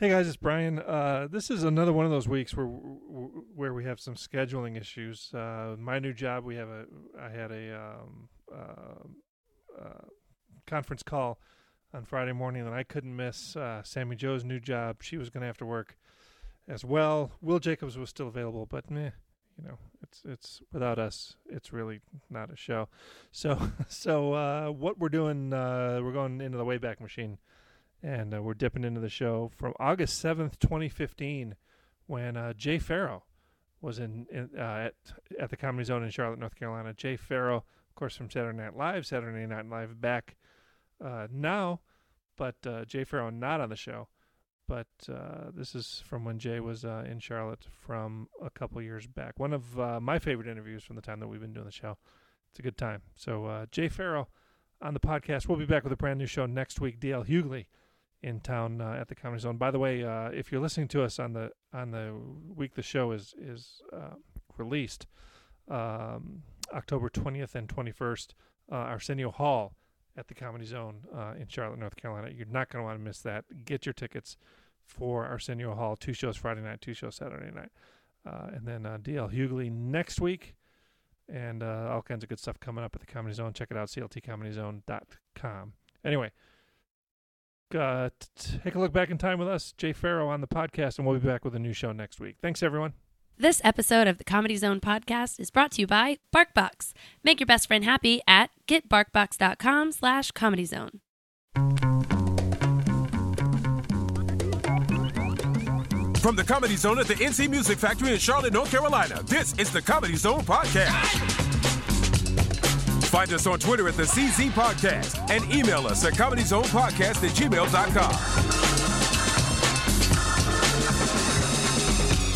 Hey guys, it's Brian. Uh, this is another one of those weeks where where we have some scheduling issues. Uh, my new job, we have a I had a um, uh, uh, conference call on Friday morning, and I couldn't miss uh, Sammy Joe's new job. She was going to have to work as well. Will Jacobs was still available, but meh, you know, it's it's without us, it's really not a show. So so uh, what we're doing, uh, we're going into the Wayback Machine, and uh, we're dipping into the show from August seventh, twenty fifteen, when uh, Jay Farrow was in, in uh, at at the Comedy Zone in Charlotte, North Carolina. Jay Farrow, of course, from Saturday Night Live, Saturday Night Live back uh, now, but uh, Jay Farrow not on the show. But uh, this is from when Jay was uh, in Charlotte from a couple years back. One of uh, my favorite interviews from the time that we've been doing the show. It's a good time. So uh, Jay Farrow on the podcast. We'll be back with a brand new show next week. DL Hughley in town uh, at the Comedy Zone. By the way, uh, if you're listening to us on the on the week the show is is uh, released, um, October 20th and 21st, uh, Arsenio Hall at the Comedy Zone uh, in Charlotte, North Carolina. You're not going to want to miss that. Get your tickets for Arsenio Hall. Two shows Friday night, two shows Saturday night. Uh, and then uh, DL Hughley next week. And uh, all kinds of good stuff coming up at the Comedy Zone. Check it out, cltcomedyzone.com. Anyway, uh, t- take a look back in time with us, Jay Farrow on the podcast, and we'll be back with a new show next week. Thanks, everyone. This episode of the Comedy Zone podcast is brought to you by BarkBox. Make your best friend happy at getbarkbox.com slash comedy zone. From the Comedy Zone at the NC Music Factory in Charlotte, North Carolina, this is the Comedy Zone Podcast. Find us on Twitter at the CZ Podcast and email us at comedyzonepodcast at gmail.com.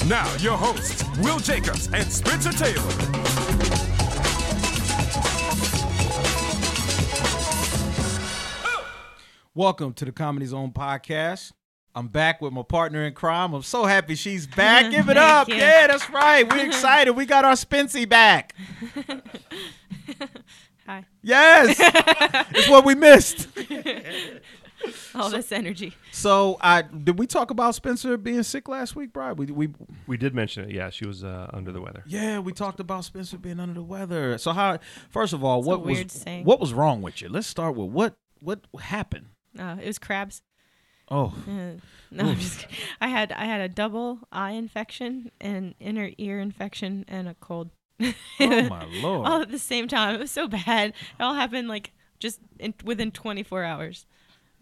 Now, your hosts, Will Jacobs and Spencer Taylor. Welcome to the Comedy Zone podcast. I'm back with my partner in crime. I'm so happy she's back. Give it up. you. Yeah, that's right. We're excited. We got our Spency back. Hi. Yes. it's what we missed. All this energy. So, I did we talk about Spencer being sick last week, Brian? We, we We did mention it. Yeah, she was uh, under the weather. yeah, we talked about Spencer being under the weather. So, how first of all, It's a what weird was saying. what was wrong with you? Let's start with what what happened. Uh, it was crabs. Oh, Uh, no, I'm just kidding. I had I had a double eye infection, an inner ear infection, and a cold. oh my lord. all at the same time. It was so bad. It all happened like just in, within 24 hours.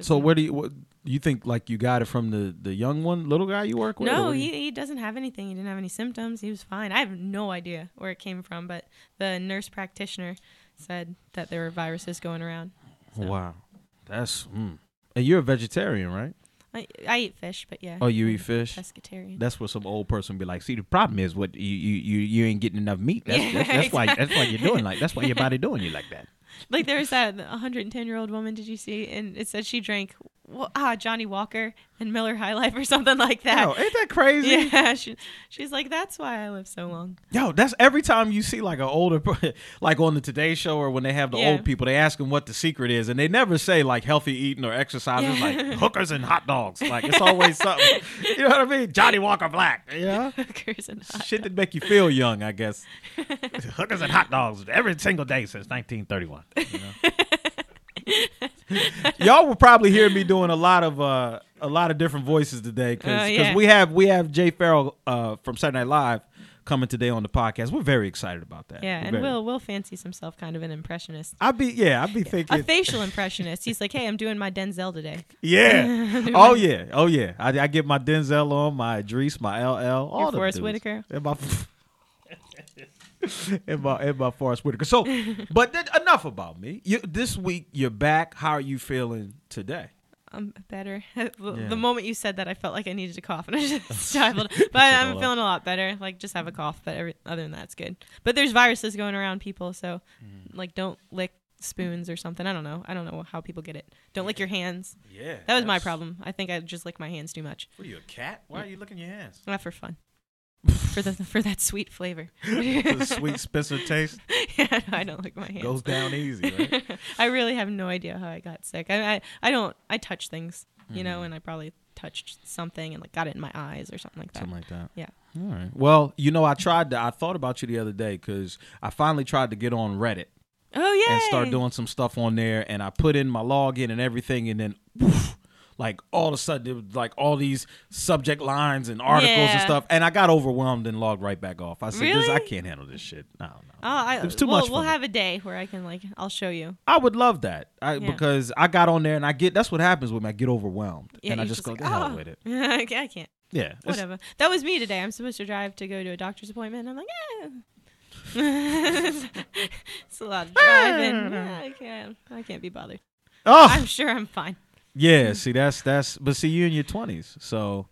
So Mm-hmm. where do you what, you think like you got it from the the young one little guy you work with? No, or you- he, he doesn't have anything. He didn't have any symptoms. He was fine. I have no idea where it came from, but the nurse practitioner said that there were viruses going around. Oh, Wow, that's mm. and you're a vegetarian, right? I, I eat fish, but yeah. Oh, you eat fish. Pescatarian. That's what some old person be like. See, the problem is what you you you, you ain't getting enough meat. That's, Yeah, that's, that's why that's why you're doing like that's why your body doing you like that. Like there was that 110 year old woman. Did you see? And it said she drank wh- ah Johnny Walker and Miller High Life or something like that. Yo, ain't that crazy? yeah, she, she's like that's why I live so long. Yo, that's every time you see like an older, per- like on the Today Show or when they have the Yeah. old people, they ask them what the secret is, and they never say like healthy eating or exercising, Yeah. like hookers and hot dogs. Like it's always something. You know what I mean? Johnny Walker Black. Yeah. Hookers and hot Shit that make you feel young, I guess. Hookers and hot dogs every single day since 1931. You all will probably hear me doing a lot of uh, a lot of different voices today because Oh, yeah. we have we have Jay Farrell uh, from Saturday Night Live coming today on the podcast. We're very excited about that. Yeah, We're and very- Will Will fancies himself kind of an impressionist, I'd be yeah, I'd be a thinking facial impressionist. He's like, hey, I'm doing my Denzel today. yeah, oh yeah, oh yeah. I, I get my Denzel on, my Idris, my LL, all Your the Forrest Whitaker. and my and my and my Forrest Whitaker. So, but then, enough about me. You, this week you're back. How are you feeling today? I'm better. the Yeah. the moment you said that, I felt like I needed to cough, and I just stifled. But I'm Hold feeling a lot better. Like just have a cough, but every, other than that, it's good. But there's viruses going around people, so like don't lick spoons or something. I don't know. I don't know how people get it. Don't lick your hands. Yeah, That was my problem. I think I just licked my hands too much. What are you a cat? Why are you licking your hands? Not for fun. for the for that sweet flavor. The sweet Spencer taste yeah, no, I don't lick my hands. goes down easy. Right? Mm. Hmm. I really have no idea how I got sick. I I, I don't I touch things, you know, and I probably t- touched something and like got it in my eyes or something like that. Something like that. Yeah. All right. Well, you know, I tried to. I thought about you the other day because I finally tried to get on Reddit oh yeah. and start doing some stuff on there. And I put in my login and everything, and then woof, like all of a sudden, it was like all these subject lines and articles and Yeah. stuff. And I got overwhelmed and logged right back off. I said, this, I Really? can't handle this shit. I don't know. Oh, I, It was too we'll, much for We'll me. have a day where I can like I'll show you. I would love that I, Yeah. because I got on there and I get that's what happens with me. I get overwhelmed Yeah, and I you're just go like, the hell "Oh." with it. I can't. I can't. Yeah, it's- Whatever. That was me today. I'm supposed to drive to go to a doctor's appointment. And I'm like, eh. it's a lot of driving. Yeah, I can't. I can't be bothered. Oh, I'm sure I'm fine. Yeah, Mm-hmm. see that's that's but see you in your twenties, so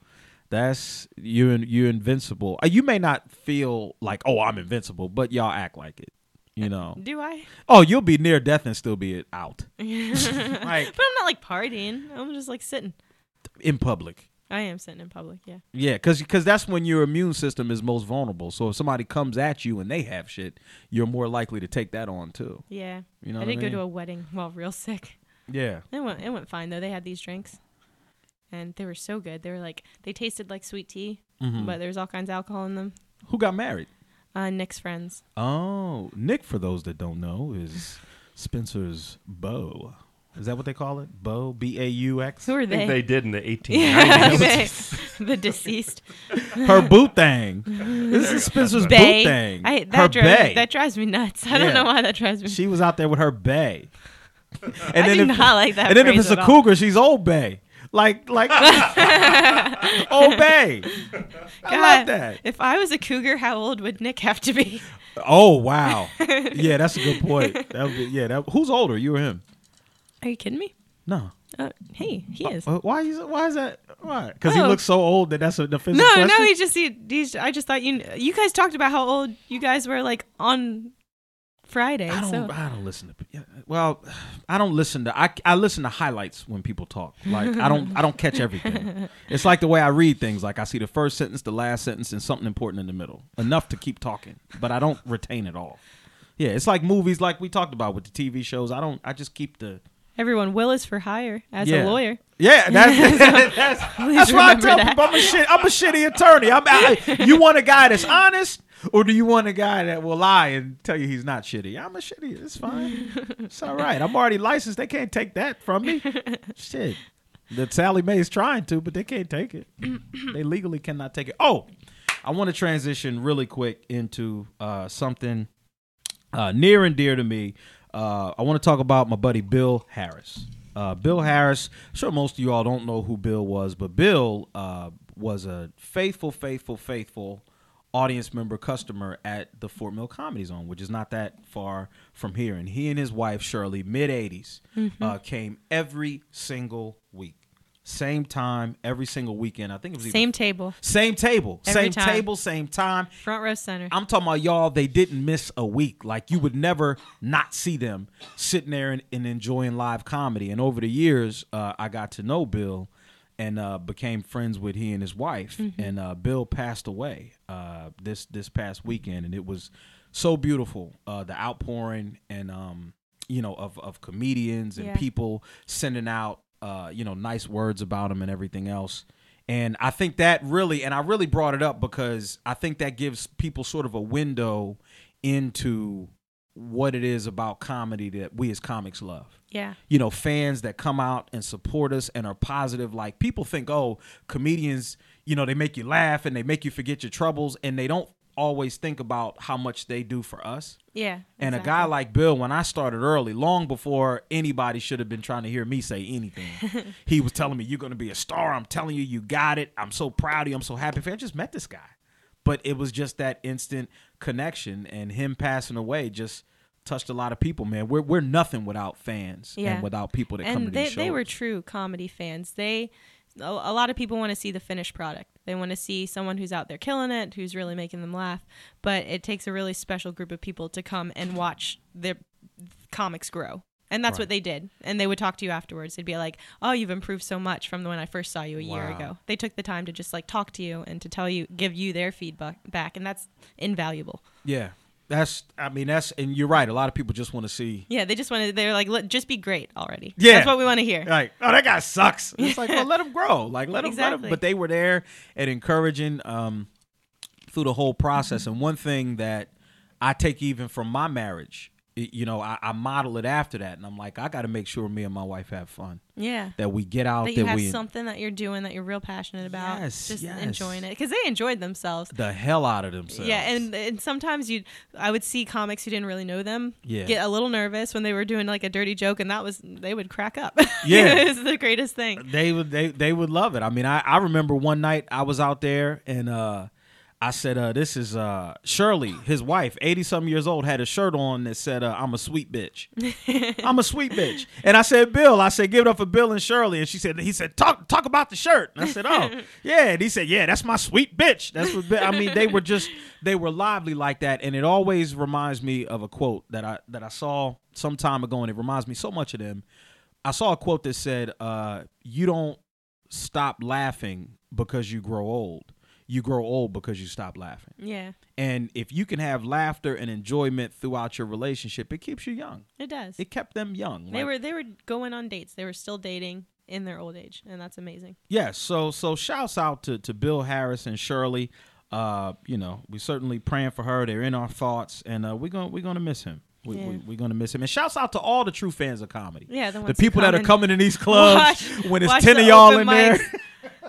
that's you're in- you're invincible. Uh, You may not feel like oh I'm invincible, but y'all act like it. You know, Do I? oh you'll be near death and still be out Like- but I'm not like partying. I'm just like sitting. in public. I am sitting in public. Yeah. Yeah, because that's when your immune system is most vulnerable. So if somebody comes at you and they have shit, you're more likely to take that on too. Yeah. You know, I what did mean? go to a wedding while real sick. yeah. It went. It went fine though. They had these drinks, and they were so good. They were like they tasted like sweet tea, but there was all kinds of alcohol in them. Mm-hmm. Who got married? Uh, Nick's friends. Oh, Nick. For those that don't know, is Spencer's beau. Is that what they call it? Beau, B A U X. Who are I think they? they did in the 1890s. Yeah, the deceased. her boot thing. This is Spencer's boot Bay. thing. I, that her drives, bay. That drives me nuts. I Yeah. don't know why that drives me. she was out there with her bay. And I do if, not like that. and then if phrase it's a at all. cougar, she's old bay. Like like old bay. I like God, that. If I was a cougar, how old would Nick have to be? Oh wow. Yeah, that's a good point. That would be, yeah. That, who's older, you or him? Are you kidding me? No. Uh, hey, he is. Uh, Why is why is that? Why? Because he Oh. looks so old that that's an offensive No, question. no, he just he, he's. I just thought you you guys talked about how old you guys were like on Friday. I don't. so I don't listen to. yeah, Well, I don't listen to. I, I listen to highlights when people talk. Like I don't. I don't catch everything. It's like the way I read things. Like I see the first sentence, the last sentence, and something important in the middle. Enough to keep talking, but I don't retain it all. Yeah, it's like movies, like we talked about with the TV shows. I don't. I just keep the. everyone will is for hire as yeah. a lawyer. Yeah, that's that's, that's why I remember tell that. people I'm a shit. I'm a shitty attorney. I'm. I, you want a guy that's honest, or do you want a guy that will lie and tell you he's not shitty? I'm a shitty. It's fine. It's all right. I'm already licensed. They can't take that from me. shit. That Sally Mae is trying to, but they can't take it. they legally cannot take it. Oh, I want to transition really quick into uh, something uh, near and dear to me. Uh, I want to talk about my buddy Bill Harris. Uh, Bill Harris, I'm sure most of you all don't know who Bill was, but Bill uh, was a faithful, faithful, faithful audience member customer at the Fort Mill Comedy Zone, which is not that far from here. And he and his wife, Shirley, mid 80s, Mm-hmm. uh, came every single week. Same time, every single weekend. I think it was even- Same table, same table, Every same time. table, same time. front row center. I'm talking about y'all. They didn't miss a week. Like you would never not see them sitting there and, and enjoying live comedy. And over the years, uh, I got to know Bill and uh, became friends with he and his wife. And uh, Bill passed away uh, this this past weekend, and it was so beautiful. Uh, the outpouring and um, you know of of comedians and Yeah. people sending out uh, you know nice words about him and everything else. And I think that really, and I really brought it up because I think that gives people sort of a window into what it is about comedy that we as comics love. yeah. You know, fans that come out and support us and are positive. Like people think, oh, comedians, you know, they make you laugh and they make you forget your troubles, and they don't always think about how much they do for us. Yeah. And exactly. a guy like Bill, when I started early, long before anybody should have been trying to hear me say anything, he was telling me, You're going to be a star. I'm telling you, you got it. I'm so proud of you. I'm so happy for you. I just met this guy. But it was just that instant connection, and him passing away just touched a lot of people, man. We're, we're nothing without fans Yeah. and without people that come to and they, these shows. they were true comedy fans. They a, a lot of people want to see the finished product. They want to see someone who's out there killing it, who's really making them laugh. But it takes a really special group of people to come and watch their comics grow. And that's what they did. And they would talk to you afterwards. They'd be like, "Oh, you've improved so much from when I first saw you a year Wow. ago." They took the time to just like talk to you and to tell you, give you their feedback back, and that's invaluable. Yeah. that's I mean that's and you're right. A lot of people just want to see Yeah, they just want to. They're like, Let, just be great already. Yeah. that's what we want to hear. like oh that guy sucks. It's like well let him grow. Like let him, let him. Exactly. But they were there and encouraging um, through the whole process. Mm-hmm. And one thing that I take even from my marriage, y- you know, I, I model it after that, and I'm like I got to make sure me and my wife have fun. Yeah, That we get out. that That, you have we something that you're doing that you're real passionate about. Yes, just yes. enjoying it because they enjoyed themselves. the hell out of themselves. Yeah, and and sometimes you, I would see comics who didn't really know them Yeah. get a little nervous when they were doing like a dirty joke, and that was they would crack up. Yeah. Uh, it was the greatest thing. they would they they would love it. I mean, I I remember one night I was out there and uh I said uh this is uh Shirley, his wife, 80 some years old had a shirt on that said uh, I'm a sweet bitch. I'm a sweet bitch. And I said, "Bill, I said give it up for Bill and Shirley." And she said he said talk talk about the shirt. And I said, "Oh, yeah." And he said, "Yeah, that's my sweet bitch." That's what Bi- I mean, they were just they were lively like that and it always reminds me of a quote that I that I saw some time ago and it reminds me so much of them. I saw a quote that said, uh, "You don't stop laughing because you grow old. You grow old because you stop laughing." Yeah, And if you can have laughter and enjoyment throughout your relationship, it keeps you young. it does. It kept them young. they Like, were they were going on dates. They were still dating in their old age, and that's amazing. yes. so so shouts out to to Bill Harris and Shirley. Uh, you know, we certainly praying for her. They're in our thoughts, and uh, we're gonna we're gonna miss him. We, Yeah. we, we're gonna miss him. And shouts out to all the true fans of comedy. Yeah, the the ones who people that come are and coming in these clubs Watch- when it's watch ten the of y'all in open there. mics.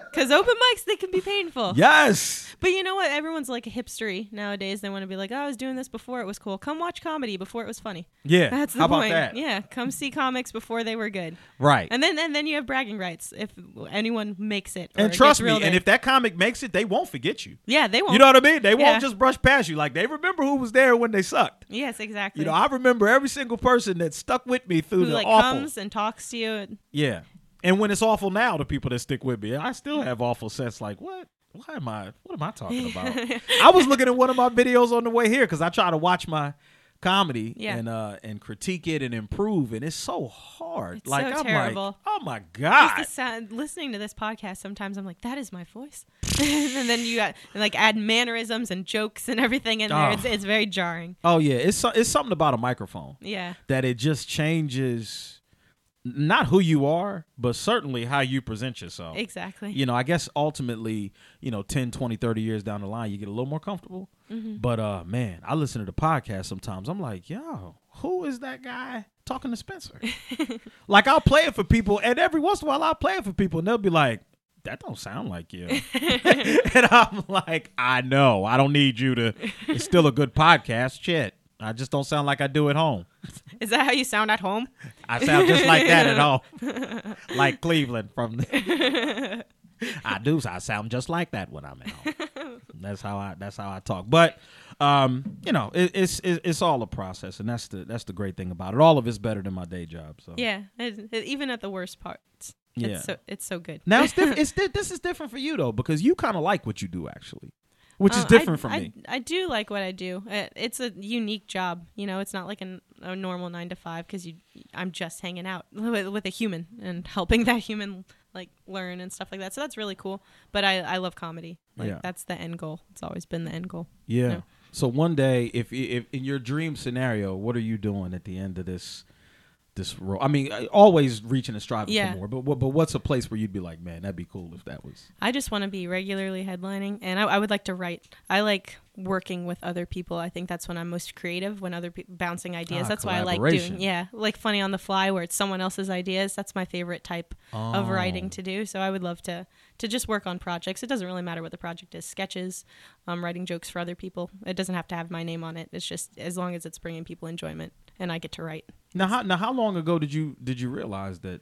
Because open mics, they can be painful. yes. But you know what? Everyone's like a hipstery nowadays. They want to be like, oh, I was doing this before it was cool. Come watch comedy before it was funny. Yeah. That's the How about point. that? Yeah. Come see comics before they were good. Right. And, And then and then you have bragging rights if anyone makes it. or gets trust me, real and big. if that comic makes it, they won't forget you. yeah, they won't. You know what I mean? They won't Yeah. just brush past you. Like they remember who was there when they sucked. yes, exactly. You know, I remember every single person that stuck with me through who the like awful. comes and talks to you. and- Yeah. And when it's awful now, the people that stick with me, I still have awful sets. Like what? Why am I? What am I talking about? I was looking at one of my videos on the way here because I try to watch my comedy Yeah. and uh and critique it and improve, and it's so hard. It's like so I'm like, terrible. oh my Just god. the sound, listening to this podcast, sometimes I'm like, "That is my voice," and then you add, like add mannerisms and jokes and everything in there. Oh. It's, it's very jarring. Oh yeah, it's so- it's something about a microphone Yeah, that it just changes n- not who you are, but certainly how you present yourself. exactly. You know, I guess ultimately, you know, 10, 20, 30 years down the line, you get a little more comfortable. But uh man, I listen to the podcast sometimes. I'm like, yo, who is that guy talking to Spencer? like I'll play it for people and every once in a while I'll play it for people and they'll be like, that don't sound like you. and I'm like, I know. I don't need you to it's still a good podcast. Shit. I just don't sound like I do at home. Is that how you sound at home? I sound just like that at all. like Cleveland from the I do I sound just like that when I'm at home. That's how I that's how I talk. But um, you know, it, it's it, it's all a process and that's the that's the great thing about it. All of it's better than my day job. So Yeah, it- it- even at the worst parts. Yeah. It's so, it's so good. Now it's different it's di- this is different for you though because you kind of like what you do actually. Which is Uh, I- different from I, me. I do like what I do. Uh, It's a unique job. You know, it's not like an, a normal nine to five because you I'm just hanging out with, with a human and helping that human like learn and stuff like that. So that's really cool. But I I love comedy. Like Yeah. that's the end goal. It's always been the end goal. Yeah. No. So one day, if, if in your dream scenario, what are you doing at the end of this this role? I mean, I- always reaching and striving Yeah. for more. But what- but what's a place where you'd be like, man, that'd be cool if that was. I just want to be regularly headlining, and I, I would like to write. I like working with other people. I think that's when I'm most creative, when other people bouncing ideas. Ah, that's why I like collaboration. doing, yeah, like funny on the fly, where it's someone else's ideas. That's my favorite type of Oh. writing to do. So I would love to to just work on projects. It doesn't really matter what the project is. Sketches, um, writing jokes for other people. It doesn't have to have my name on it. It's just as long as it's bringing people enjoyment, and I get to write. Now, how now how long ago did you did you realize that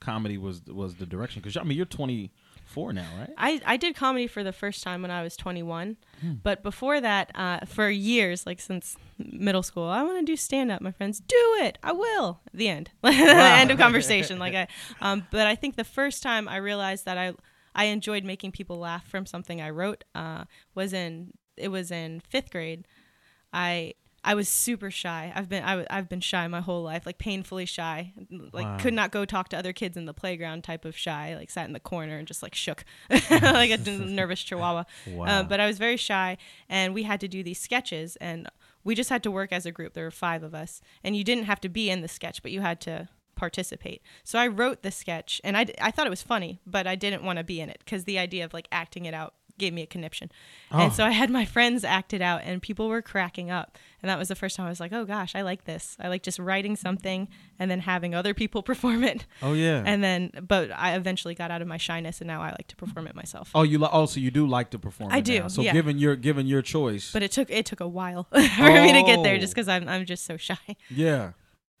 comedy was was the direction? Because I mean, you're 24 now, right? I, I did comedy for the first time when I was 21. But before that, uh, for years, like since middle school, I want to do stand up. My friends, do it. I will. The end. end of conversation. Like I, um, but I think the first time I realized that I I enjoyed making people laugh from something I wrote uh, was in it was in fifth grade. I I was super shy. I've been I w- I've been shy my whole life, like painfully shy. Like could not go talk to other kids in the playground type of shy. Like sat in the corner and just like shook, like a d- nervous chihuahua. Uh, but I was very shy, and we had to do these sketches and. we just had to work as a group. There were five of us, and you didn't have to be in the sketch, but you had to participate. So I wrote the sketch, and I, d- I thought it was funny, but I didn't want to be in it because the idea of like acting it out gave me a conniption. And so I had my friends act it out, and people were cracking up. And that was the first time I was like, oh gosh, I like this. I like just writing something and then having other people perform it. Oh, yeah. And then, but I eventually got out of my shyness, and now I like to perform it myself. Oh, you li- oh, so you do like to perform. I it now. do, So yeah. given your given your choice, But it took it took a while for me to get there, Oh. just because I'm I'm just so shy. yeah,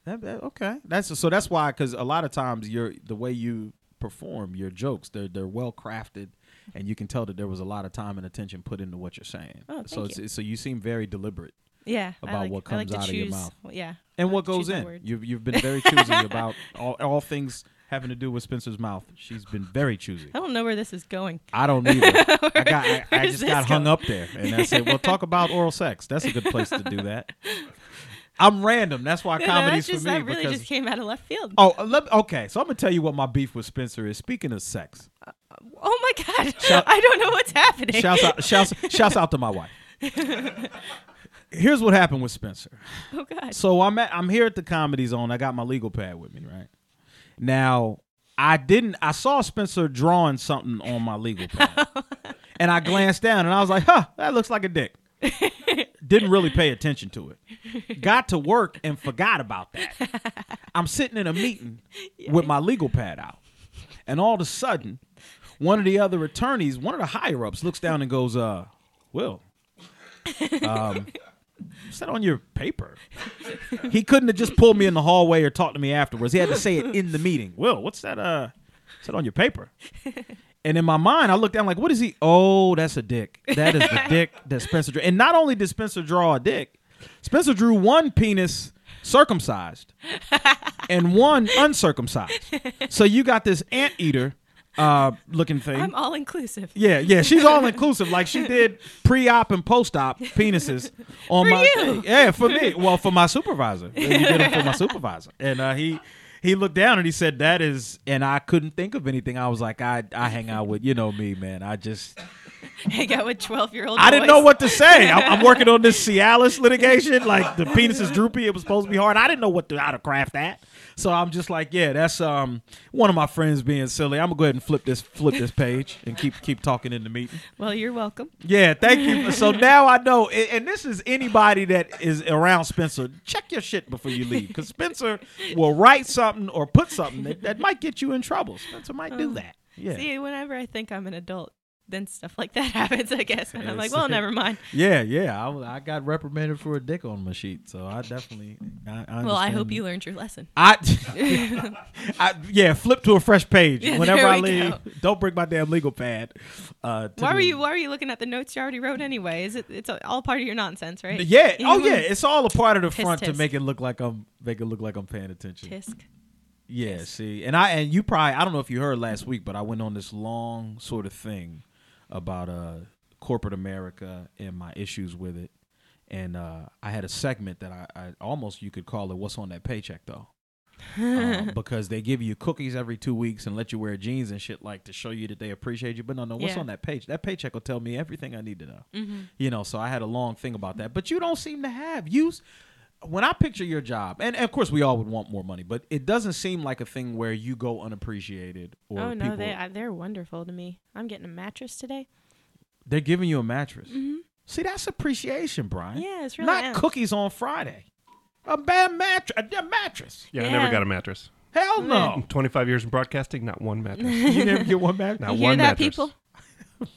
That- that- okay. That's so that's why because a lot of times your the way you perform your jokes they're they're well crafted, and you can tell that there was a lot of time and attention put into what you're saying. Oh, thank so it's, you. it's- so you seem very deliberate Yeah, I About like- what I comes like to out of your choose- mouth. Yeah, and I what like to goes choose my in. words. You've you've been very choosy about all all things having to do with Spencer's mouth. She's been very choosy. I don't know where this is going. I don't either. I got. I, where I is just this got hung going? up there, and I said, "Well, talk about oral sex. That's a good place to do that." I'm random. That's why No, no, comedy's that's just for me that really because. just came out of left field. Oh, Oh, let, okay. So I'm gonna tell you what my beef with Spencer is. Speaking of sex, Oh my god, I don't know what's happening. shouts out, shouts, shouts out to my wife. Here's what happened with Spencer. oh god, So I'm at, I'm here at the Comedy Zone. I got my legal pad with me, right? Now, I didn't I saw Spencer drawing something on my legal pad. and I glanced down and I was like, "Huh, that looks like a dick." didn't really pay attention to it. Got to work and forgot about that. I'm sitting in a meeting with my legal pad out. And all of a sudden, one of the other attorneys, one of the higher ups, looks down and goes, uh, Will, What's that on your paper? he couldn't have just pulled me in the hallway or talked to me afterwards. He had to say it in the meeting. Will, what's that? Uh, what's that on your paper? And in my mind, I looked down like, what is he? Oh, that's a dick. That is the dick that Spencer drew. And not only did Spencer draw a dick, Spencer drew one penis circumcised and one uncircumcised. So you got this anteater uh, looking thing. I'm all inclusive. Yeah, yeah, she's all inclusive. Like she did pre-op and post-op penises on For my you. thing. Yeah, for me. Well, for my supervisor. You did it for my supervisor, and uh, he he looked down and he said, "That is." And I couldn't think of anything. I was like, "I I hang out with you know me, man. I just Hang out with twelve year old. I didn't know what to say. I'm, I'm working on this Cialis litigation. Like the penis is droopy. It was supposed to be hard. I didn't know what to, how to craft that. So I'm just like, yeah, that's um one of my friends being silly. I'm gonna go ahead and flip this flip this page and keep keep talking in the meeting. Well, you're welcome. Yeah, thank you. So now I know, a- and this is anybody that is around Spencer. Check your shit before you leave, because Spencer will write something or put something that, that might get you in trouble. Spencer might do that. Yeah, Oh. See, whenever I think I'm an adult, then stuff like that happens. I guess, and I'm like, well, never mind. yeah, yeah. I, was- I got reprimanded for a dick on my sheet, so I definitely. I, I Well, I understand. hope you learned your lesson. I, I, yeah, flip to a fresh page Yeah, whenever there I we leave. go. Don't bring my damn legal pad. Uh, to Why were the- you Why were you looking at the notes you already wrote anyway? Is it It's all part of your nonsense, right? Yeah. Oh, You- yeah. It's all a part of the Tisk, front to tisk. make it look like I'm make it look like I'm paying attention. Tisk. Yeah, see, and I and you probably I don't know if you heard last week, but I went on this long sort of thing about uh corporate America and my issues with it, and uh, I had a segment that I, I almost you could call it "What's on that paycheck" though, Um, because they give you cookies every two weeks and let you wear jeans and shit like to show you that they appreciate you. But no, no, what's Yeah. on that page? That paycheck will tell me everything I need to know. Mm-hmm. You know, so I had a long thing about that, but you don't seem to have use when I picture your job, and, and of course we all would want more money, but it doesn't seem like a thing where you go unappreciated or Oh no, people they I, they're wonderful to me. I'm getting a mattress today. they're giving you a mattress. See, that's appreciation, Brian. Mm-hmm. Yeah, it's really not am. cookies on Friday. A bad mattress, a mattress. Yeah, I never Yeah. got a mattress. Hell Oh. no. 25 years in broadcasting, not one mattress. Mm-hmm. you never get one mattress. Not You one hear that, mattress. people?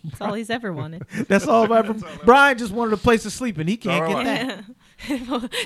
That's all he's ever wanted. That's all I ever. Brian just wanted a place to sleep, and he can't all get I that.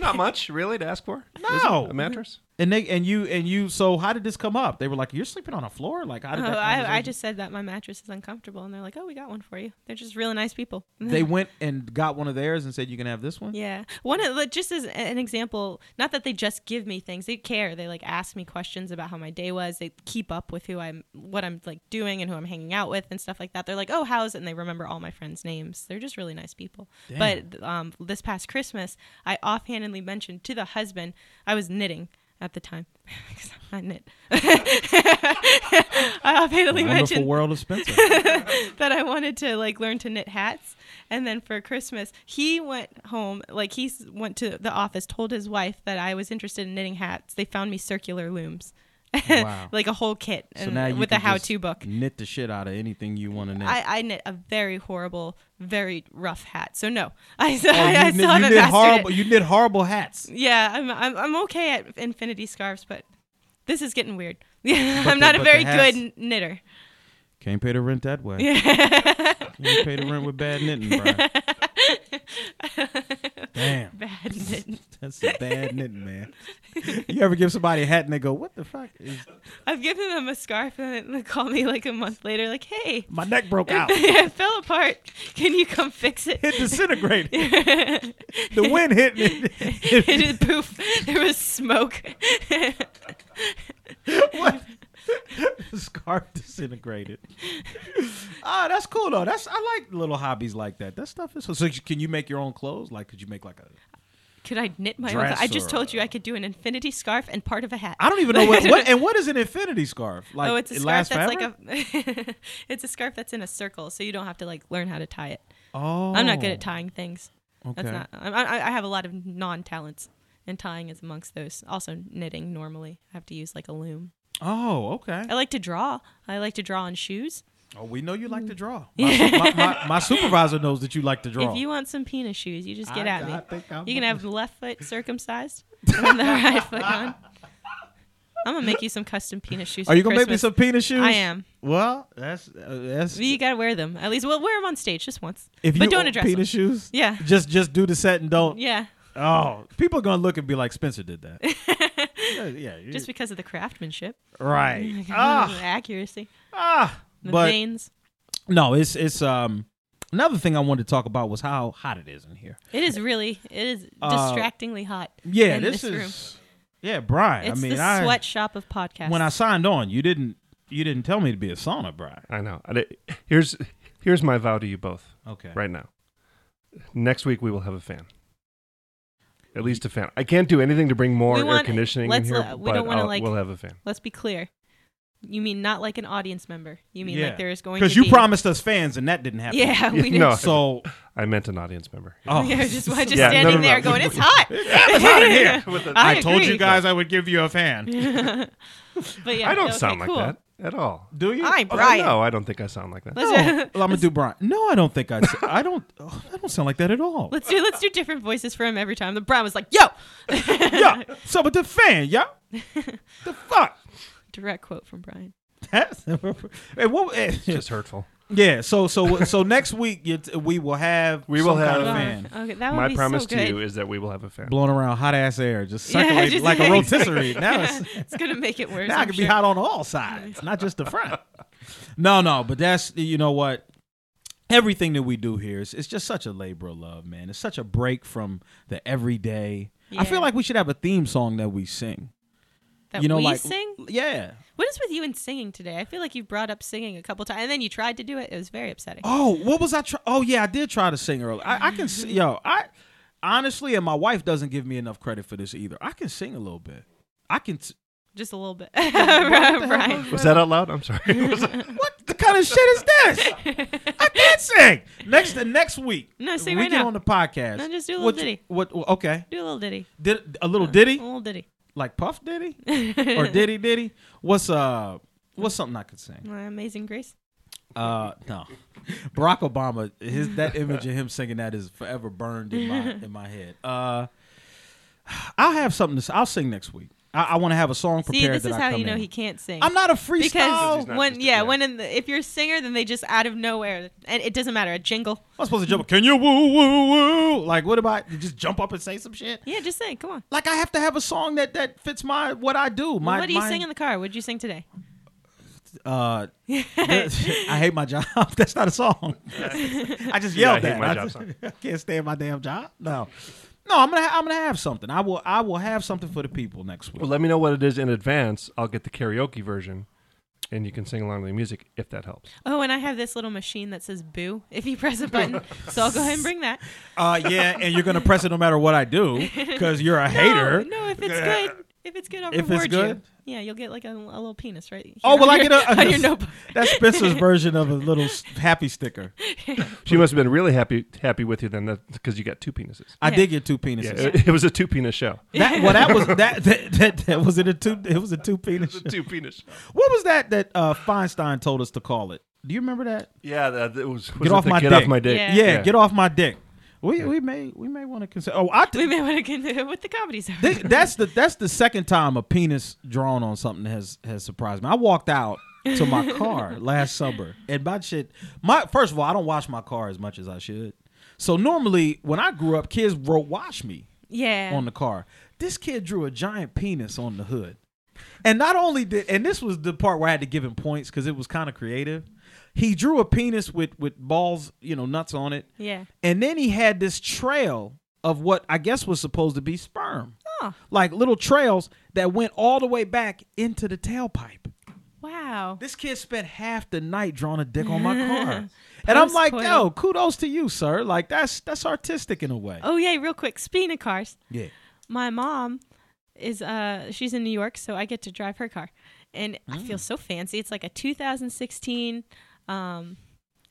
Not much, really, to ask for. No. A mattress? And they and you and you. So how did this come up? They were like, "You're sleeping on a floor." Like how did Oh, that? I, I conversation- just said that my mattress is uncomfortable, and they're like, "Oh, we got one for you." They're just really nice people. they went and got one of theirs and said, "You can have this one." yeah, one of the, just as an example, not that they just give me things; they care. They like ask me questions about how my day was. They keep up with who I'm, what I'm like doing, and who I'm hanging out with, and stuff like that. They're like, "Oh, how's?" it?" and they remember all my friends' names. They're just really nice people. But um, this past Christmas, I offhandedly mentioned to the husband I was knitting at the time because I knit. I offhandedly Wonderful mentioned world of Spencer. that I wanted to like learn to knit hats. And then for Christmas, he went home, like he s- went to the office, told his wife that I was interested in knitting hats. They found me circular looms, Wow. like a whole kit, So and now you with a can just how-to book. Knit the shit out of anything you want to knit. I, I knit a very horrible, very rough hat. So no, I, Oh, you I, I knit- still haven't you knit mastered horrible. it. You knit horrible hats. Yeah, I'm, I'm I'm okay at infinity scarves, but this is getting weird. Yeah, But I'm the- not a but the very hats- good kn- knitter. Can't pay the rent that way. Yeah. Can't pay the rent with bad knitting, Brian. Damn, Bad knitting. that's a bad knitting, man. You ever give somebody a hat and they go, "What the fuck? Is, I've given them a scarf and they call me like a month later, like, hey, my neck broke out. it fell apart. Can you come fix it? It disintegrated. the wind hit it. it just poof. There was smoke. what? the scarf disintegrated. Ah, that's cool though. That's I like little hobbies like that. That stuff is so. so can you make your own clothes? Like, could you make like a? Could I knit my own? Dress I just or- told you I could do an infinity scarf and part of a hat. I don't even know what. what and what is an infinity scarf? Like, oh, it's a it scarf lasts that's forever? like a. it's a scarf that's in a circle, so you don't have to like learn how to tie it. Oh, I'm not good at tying things. Okay. That's not. I, I, I have a lot of non-talents, and tying is amongst those. Also, knitting normally, I have to use like a loom. Oh, okay. I like to draw. I like to draw on shoes. Oh, we know you like to draw. My, su- my, my, my supervisor knows that you like to draw. If you want some penis shoes, you just get I- at I me. think I'm- you can have the left foot circumcised and the right foot on. I'm gonna make you some custom penis shoes. Are you for gonna make me Christmas. some penis shoes? I am. Well, that's uh, that's. You gotta wear them at least. Well, wear them on stage just once. if you but don't own address penis shoes, Yeah. just just do the set and don't. them. Yeah, Oh, people are gonna look and be like, Spencer did that. yeah, yeah, you- just because of the craftsmanship, right. the ah, accuracy, ah. Oh the But veins. no, it's it's um. Another thing I wanted to talk about was how hot it is in here. It is really. It is Uh, distractingly hot. Yeah, in this, this, room. is. Yeah, Brian. It's I mean, the I sweatshop of podcasts. when I signed on, you didn't you didn't tell me to be a sauna, Brian. I know. I di- Here's here's my vow to you both Okay. right now. Next week we will have a fan. At least a fan. I can't do anything to bring more We air want- conditioning in let's here, let- we but don't wanna, I'll- like- we'll have a fan. let's be clear. You mean not like an audience member? You mean like there is going to because you be- promised us fans and that didn't happen. Yeah, we didn't. no. So I meant an audience member. oh, Yeah, just just Oh. Yeah, no, standing no, no. there going, it's hot. it's hot in here. I, told agree. you guys I would give you a fan. But yeah, I don't okay, sound like cool. that at all. Do you? I'm Oh, Brian. no, I don't think I sound like that. Let's, uh, No. Well, I'm gonna do Brian. No, I don't think I. s- I don't. oh, I don't sound like that at all. let's do let's do different voices for him every time. The Brown was like, "Yo," yeah. So, but the fan, yeah. the fuck. direct quote from Brian. That's, hey, what, eh, It's just hurtful. yeah. So, so, so next week you t- we will have We will some kind of have- fan. Okay, that would My be promise so to good. you is that we will have a fan. blowing around hot ass air, just Yeah, circulating just- like a rotisserie. now it's it's gonna make it worse. now I I'm can be sure. hot on all sides, not just the front. no, no, but that's you know what. Everything that we do here is it's just such a labor of love, man. It's such a break from the everyday. I Yeah. feel like we should have a theme song that we sing. That you know, we like sing. yeah. What is with you and singing today? I feel like you brought up singing a couple times, and then you tried to do it. It was very upsetting. Oh, what was I? Try- oh, yeah, I did try to sing earlier. I, I can, s- yo, I honestly, and my wife doesn't give me enough credit for this either. I can sing a little bit. I can. T- Just a little bit, the hell Brian. Was that out loud? I'm sorry. What the kind of shit is this? I can't sing. Next the next week. No, sing we right get now. on the podcast. No, just do a little what, ditty. Oh. What, what- Okay, Do a little ditty. Did, a little A ditty, little ditty. like Puff Diddy or Diddy Diddy. What's uh, what's something I could sing? Uh, Amazing Grace. Uh, no, Barack Obama. His that image of him singing that is forever burned in my in my head. Uh, I'll have something to. s- I'll sing next week. I, I want to have a song See, prepared. this that is I how come you know in. he can't sing. I'm not a freestyle. because not when just a- yeah, yeah. when in the, if you're a singer, then they just out of nowhere, and it doesn't matter a jingle. I'm supposed to jump. up, Can you woo woo woo? Like, what about you just jump up and say some shit? Yeah, just sing. Come on. Like, I have to have a song that that fits my what I do. My what do you my- sing in the car? What did you sing today? Uh, I hate my job. That's not a song. I just Yeah, I yelled hate that. my I, job just- song. I can't stand my damn job. No, no. I'm gonna ha- I'm gonna have something. I will I will have something for the people next week. well, let me know what it is in advance. I'll get the karaoke version, and you can sing along to the music if that helps. Oh, and I have this little machine that says "boo" if you press a button. so I'll go ahead and bring that. Uh, yeah, and you're gonna press it no matter what I do because you're a hater. Oh, No, no, if it's good, if it's good, I'll If it's reward good? you. Yeah, you'll get like a, a little penis right. Here Oh, well, on I your- get a, on your notebook. That's Spencer's version of a little s- happy sticker. She must have been really happy happy with you then, because you got two penises. I Yeah. did get two Yeah, penises. it, it was a two penis show. That, well, that was that that, that that was it a two it was a two penis. Two penis. Show. What was that that uh, Feinstein told us to call it? Do you remember that? Yeah, that, that was, was Get it off the my get dick. off my dick. Yeah. Yeah, get off my dick. We we may we may want to consider. Oh, I we th- may want to continue with the comedy zone. thi- that's the that's the second time a penis drawn on something has has surprised me. I walked out to my car last summer, and my shit. My first of all, I don't wash my car as much as I should. So normally, when I grew up, kids wrote "wash me." yeah. on the car. This kid drew a giant penis on the hood. And not only did and this was the part where I had to give him points because it was kind of creative. He drew a penis with with balls, you know, nuts on it. yeah. And then he had this trail of what I guess was supposed to be sperm. Oh, Like little trails that went all the way back into the tailpipe. wow. This kid spent half the night drawing a dick on my car. and I'm like, Post-coital. yo, kudos to you, sir. Like that's that's artistic in a way. Oh, yeah, real quick. Speaking of cars, Yeah. my mom is uh she's in New York, so I get to drive her car. And I feel Mm. so fancy. It's like a 2016 um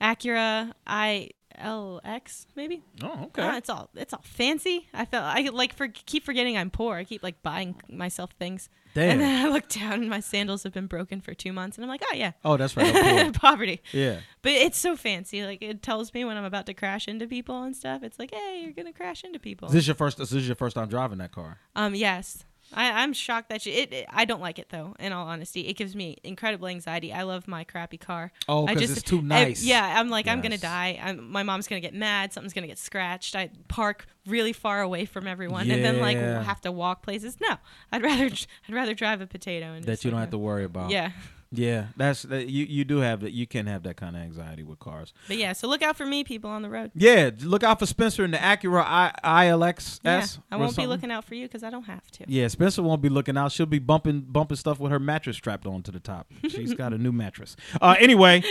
Acura ILX maybe. Oh, okay. Uh, it's all it's all fancy. I felt I like for keep forgetting I'm poor. I keep like buying myself things. Damn. And then I look down and my sandals have been broken for 2 months and I'm like, "Oh yeah, Oh, that's right. Oh, cool. poverty." Yeah. But it's so fancy. Like it tells me when I'm about to crash into people and stuff. It's like, "Hey, you're going to crash into people." This is your first. This is your first time driving that car. Um, yes. I, I'm shocked that she, it, it- I don't like it though. In all honesty, it gives me incredible anxiety. I love my crappy car. Oh, I 'cause just- it's too I- nice. yeah, I'm like I'm gonna Yes. die. I'm, my mom's gonna get mad. Something's gonna get scratched. I park really far away from everyone, and then like Yeah. have to walk places. No, I'd rather I'd rather drive a potato and That just, you like, don't have to worry about. Yeah, Yeah. That's that. You you do have that. You can have that kind of anxiety with cars. but yeah. So look out for me, people on the road. Yeah. Look out for Spencer and the Acura I, ILXS. Yeah, I or won't be something. looking out for you because I don't have to. Yeah, Spencer won't be looking out. She'll be bumping bumping stuff with her mattress strapped on to the top. She's got a new mattress. Uh, anyway,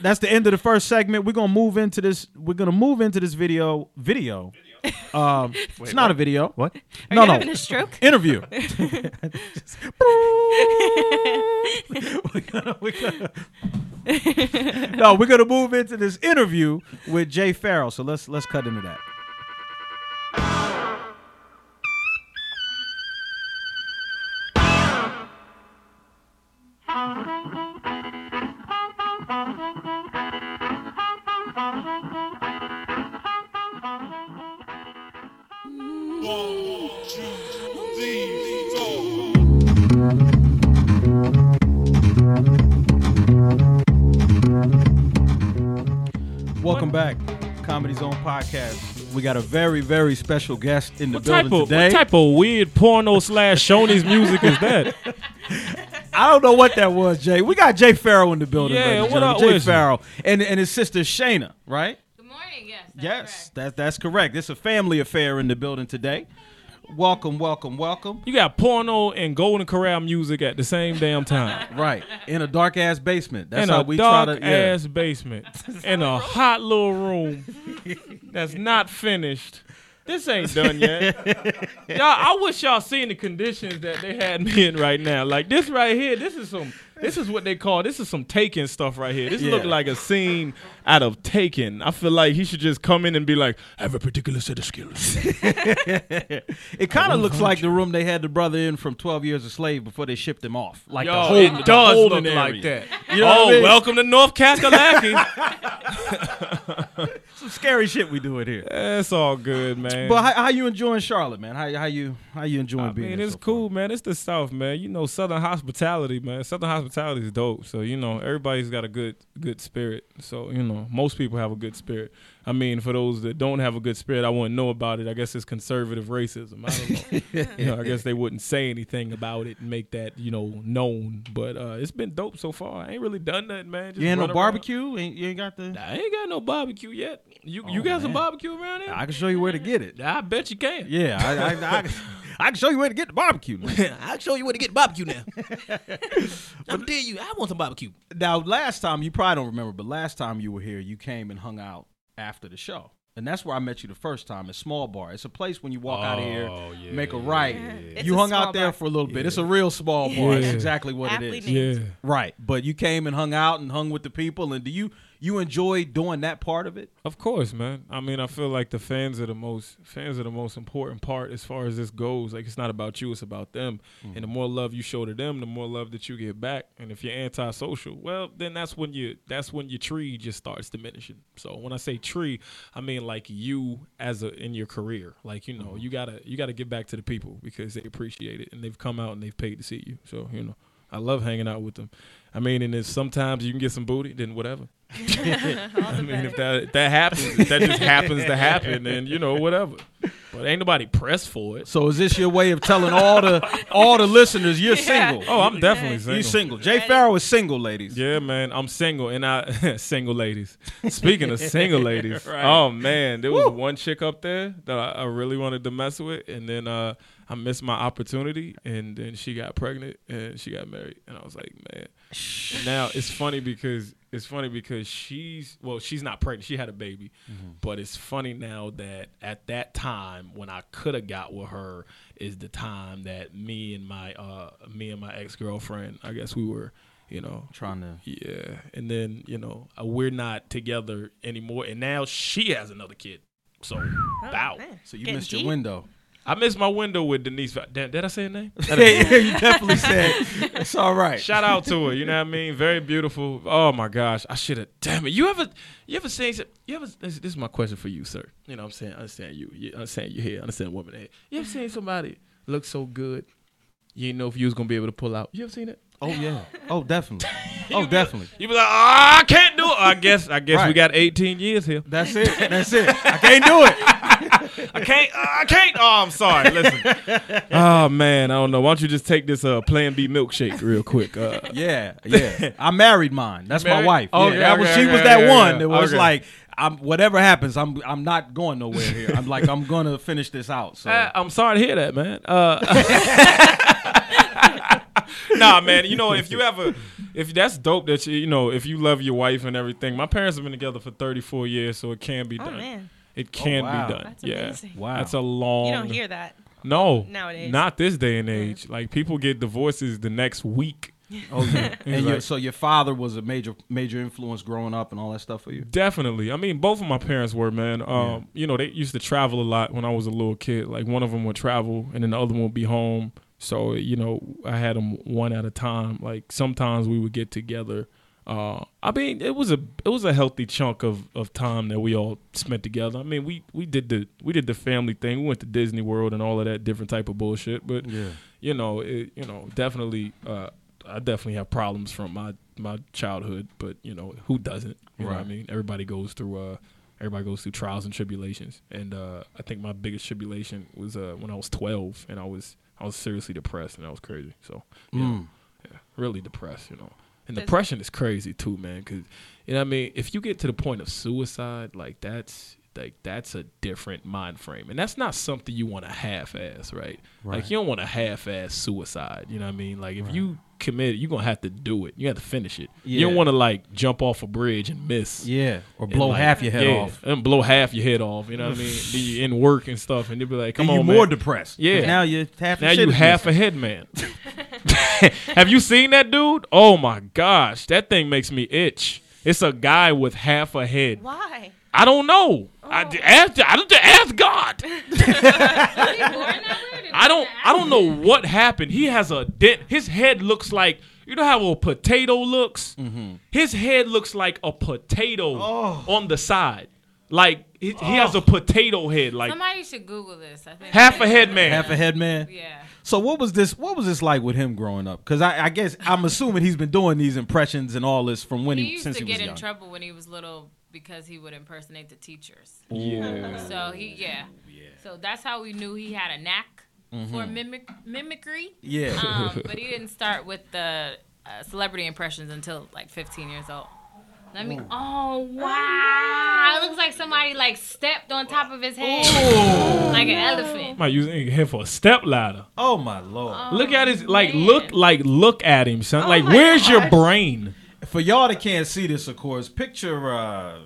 that's the end of the first segment. We're gonna move into this. We're gonna move into this video. Video. Um, it's not a video. What? Are no, you no. having a stroke? Interview. We're gonna- we're gonna- no, we're gonna move into this interview with Jay Farrell. So let's let's cut into that. Welcome back, Comedy Zone Podcast. We got a very very special guest in the What building type, of, today. what type of weird porno slash Shoney's music is that? I don't know what that was, Jay. We got Jay Farrell in the building. Yeah, ladies and what up gentlemen. Jay with you? Farrell and and his sister Shayna, right? Good morning. Yes. That's yes, that that's correct. It's a family affair in the building today. Welcome, welcome, welcome. You got porno and Golden Corral music at the same damn time. Right in a dark ass basement. That's in how a we dark try to. ass basement. in a hot little room that's not finished. This ain't done yet. y'all, I wish y'all seen the conditions that they had me in right now. Like this right here, this is some this is what they call this is some taken stuff right here. This Yeah. look like a scene out of taken. I feel like he should just come in and be like, I have a particular set of skills. yeah. it kind of looks like the room they had the brother in from Twelve Years a Slave before they shipped him off. Like the Yo, whole it does whole look area. like that. You know what oh, I mean? welcome to North Kakalaki. Some scary shit we do it here. That's all good, man. But how, how you enjoying Charlotte, man? How, how you how you enjoying I being? mean, here it's so far? cool, man. It's the South, man. You know, Southern hospitality, man. Southern hospitality is dope. So you know, everybody's got a good good spirit. So you know, most people have a good spirit. I mean, for those that don't have a good spirit, I wouldn't know about it. I guess it's conservative racism. I don't know. you know I guess they wouldn't say anything about it and make that you know known. But uh, it's been dope so far. I ain't really done nothing, man. Just You ain't no run around. barbecue? Ain't- You ain't got the? I ain't got no barbecue yet. You you Oh, got some man. barbecue around here? I can show you where to get it. I bet you can. Yeah, I, I, I, I can show you where to get the barbecue. I'll show you where to get barbecue now. I'm telling you, I want some barbecue. now, last time you probably don't remember, but last time you were here, you came and hung out after the show, and that's where I met you the first time. at small bar. It's a place when you walk out of here, Oh, yeah, make a right. It's You a hung small out there bar. for a little bit. It's a real small bar. That's Yeah. exactly what Aptly it is. named. Yeah. Right, but you came and hung out and hung with the people. And do you you enjoy doing that part of it? Of course, man. I mean, I feel like the fans are the most fans are the most important part as far as this goes. Like it's not about you, it's about them. And the more love you show to them, the more love that you get back. And if you're antisocial, well, then that's when you that's when your tree just starts diminishing. So when I say tree, I mean like you as a in your career. Like, you know, you gotta you gotta give back to the people because they appreciate it and they've come out and they've paid to see you. So, you know. I love hanging out with them. I mean, and it's sometimes you can get some booty, then whatever. I mean, if that if that happens, if that just happens to happen, then you know whatever. But ain't nobody pressed for it. So is this your way of telling all the all the listeners you're single? Oh, I'm definitely single. you single. Jay Farrow is single, ladies. Yeah, man, I'm single, and I single ladies. Speaking of single ladies, oh man, there was one chick up there that I, I really wanted to mess with, and then uh, I missed my opportunity, and then she got pregnant and she got married, and I was like, man. now it's funny because it's funny because she's well, she's not pregnant. She had a baby, but it's funny now that at that time when I could have got with her is the time that me and my uh, me and my ex girlfriend, I guess we were. You know, Trying to yeah, and then you know uh, we're not together anymore, and now she has another kid. So Oh, bow. So you Getting missed your deep. window. I missed my window with Denise. Va- Damn, did I say her name? yeah, yeah, you definitely said it's all right. Shout out to her. You know what I mean? Very beautiful. Oh my gosh, I should have. Damn it. You ever, you ever seen? some- You ever? This, this is my question for you, sir. You know what I'm saying? I understand you. you I understand you here. I understand woman here. You ever seen somebody look so good? You didn't know if you was gonna be able to pull out. You ever seen it? Oh yeah. Oh definitely. Oh definitely. You be like, oh, I can't do it. I guess, I guess we Right. got 18 years here. That's it. That's it. I can't do it. I can't. I can't. Oh, I'm sorry. Listen. oh man, I don't know. Why don't you just take this uh, Plan B milkshake real quick? Uh, Yeah, yeah. I married mine. That's my Married- Oh, wife. Yeah, Okay, that was, okay, she okay, was that okay, one okay. that was Okay. like, I'm whatever happens, I'm I'm not going nowhere here. I'm like, I'm gonna finish this out. So I, am Uh, sorry to hear that, man. Uh, nah, man. You know, if you ever, if that's dope that you, you know, if you love your wife and everything. My parents have been together for 34 years, so it can be Oh, done. man. It can wow. be done. That's yeah. amazing. Wow. That's a long. You don't hear that. no nowadays. Uh-huh. Not this day and age. Like people get divorces the next week. oh yeah. And your, like- so your father was a major major influence growing up and all that stuff for you. Definitely. I mean, both of my parents were, man. Um, You know, they used to travel a lot when I was a little kid. Like, one of them would travel and then the other one would be home. So, you know, I had them one at a time. Like, sometimes we would get together. Uh, I mean, it was a it was a healthy chunk of, of time that we all spent together. I mean, we, we did the we did the family thing. We went to Disney World and all of that different type of bullshit. But Yeah. you know, it, you know, definitely, uh, I definitely have problems from my my childhood, but you know, who doesn't? You know what I Right. mean? Everybody goes through uh, everybody goes through trials and tribulations, and uh, I think my biggest tribulation was uh, when I was twelve, and I was I was seriously depressed, and I was crazy. So, yeah, yeah, really depressed, you know. And depression is crazy too, man. Cause you know, what I mean, if you get to the point of suicide, like that's like that's a different mind frame, and that's not something you want to half-ass, right? Like you don't want to half-ass suicide. You know what I mean? Like if you commit, you're gonna have to do it. You have to finish it. You Yeah. don't want to like jump off a bridge and miss. Yeah. Or And, blow like, half your head yeah, off. and blow half your head off. You know what I mean? Then you in work and stuff, and you'll be like, "Come and on, you man." more depressed. 'Cause Yeah. Now you're half your Now shit you is half missing. a head man. Have you seen that dude? Oh my gosh, that thing makes me itch. It's a guy with half a head. Why? I don't know. Oh. I d- ask. I don't ask God. I don't. I don't know what happened. He has a dent. His head looks like you know how a potato looks. Mm-hmm. His head looks like a potato Oh. on the side. Like he, he has a potato head. Like Somebody should Google this. I think. half a head man. half a head man. Yeah. So what was this? What was this like with him growing up? Because I, I guess I'm assuming he's been doing these impressions and all this from when He he, used since he to was get in young. trouble when he was little because he would impersonate the teachers. So he, yeah. So that's how we knew he had a knack Mm-hmm. for mimic- mimicry. Yeah. Um, but he didn't start with the uh, celebrity impressions until like 15 years old. I mean, oh wow! It looks like somebody like stepped on top of his head, like an elephant. Might use any head for a step ladder. Oh Oh my lord! Uh-huh. Look at his like man. look like look at him, son. like where's your brain? For y'all that can't see this, of course, picture uh,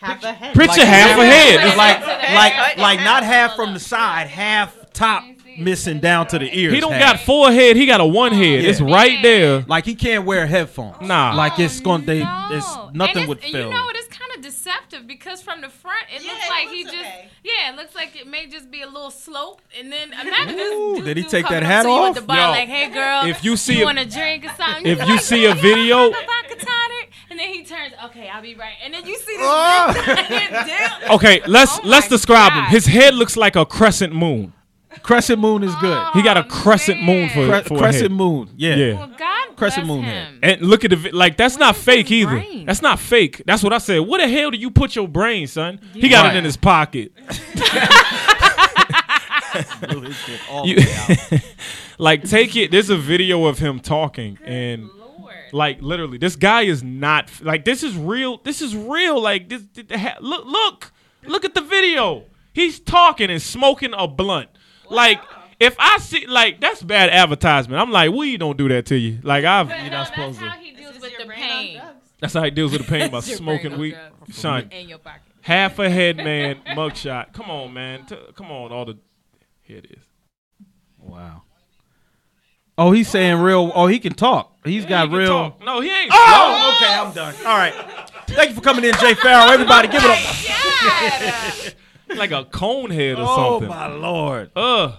Half a head. Picture half a head. It's like Half to the like head. like not half from the side, half top, missing down to the ears. He don't half. got four head. He got a one head. Oh, Yeah. It's right there. like he can't wear headphones. Nah. like it's going. They Oh, No. it's And nothing it's- would and fill. You know what? It's kind of deceptive because from the front, it Yeah, looks it like he looks just okay. yeah, it looks like it may just be a little slope, and then imagine this Ooh, dude did he dude take coming that up hat to you off? At the bar, Yo, like, hey girl, if you see a- want a drink or something, if You're you like, see a "Girl, video- you want a vodka tonic?" and then he turns, okay, I'll be right, and then you see this Oh. big down. Okay, let's Oh my let's describe him. God. His head looks like a crescent moon. Crescent moon is good. He got a Oh, crescent moon for, man. Cre- for a crescent head. moon. Yeah. Yeah. Well, God Crescent bless moon head. him. And look at the vi- like. That's not is fake his either. brain? That's not fake. That's what I said. Where the hell do you put your brain, son? He got Right. it in his pocket. You- like take it. There's a video of him talking and. Lord. Like literally, this guy is not like this is real. This is real. Like this, th- th- ha- look, look, look at the video. He's talking and smoking a blunt. Like if I see, like that's bad advertisement. I'm like, we don't do that to you. Like I've, But you're no, not that's supposed to. how he deals with the pain. That's how he deals with the pain by That's your smoking brain weed. on Son, In your pocket. half a head man mugshot. Come on, man. T- come on, all the. Here it is. Wow. Oh, he's saying real. Oh, he can talk. He's got He can real. talk. No, he ain't. Oh, okay, I'm done. All right. Thank you for coming in, Jay Farrell. Everybody, give it up. Like a cone head or Oh something. my lord. Uh,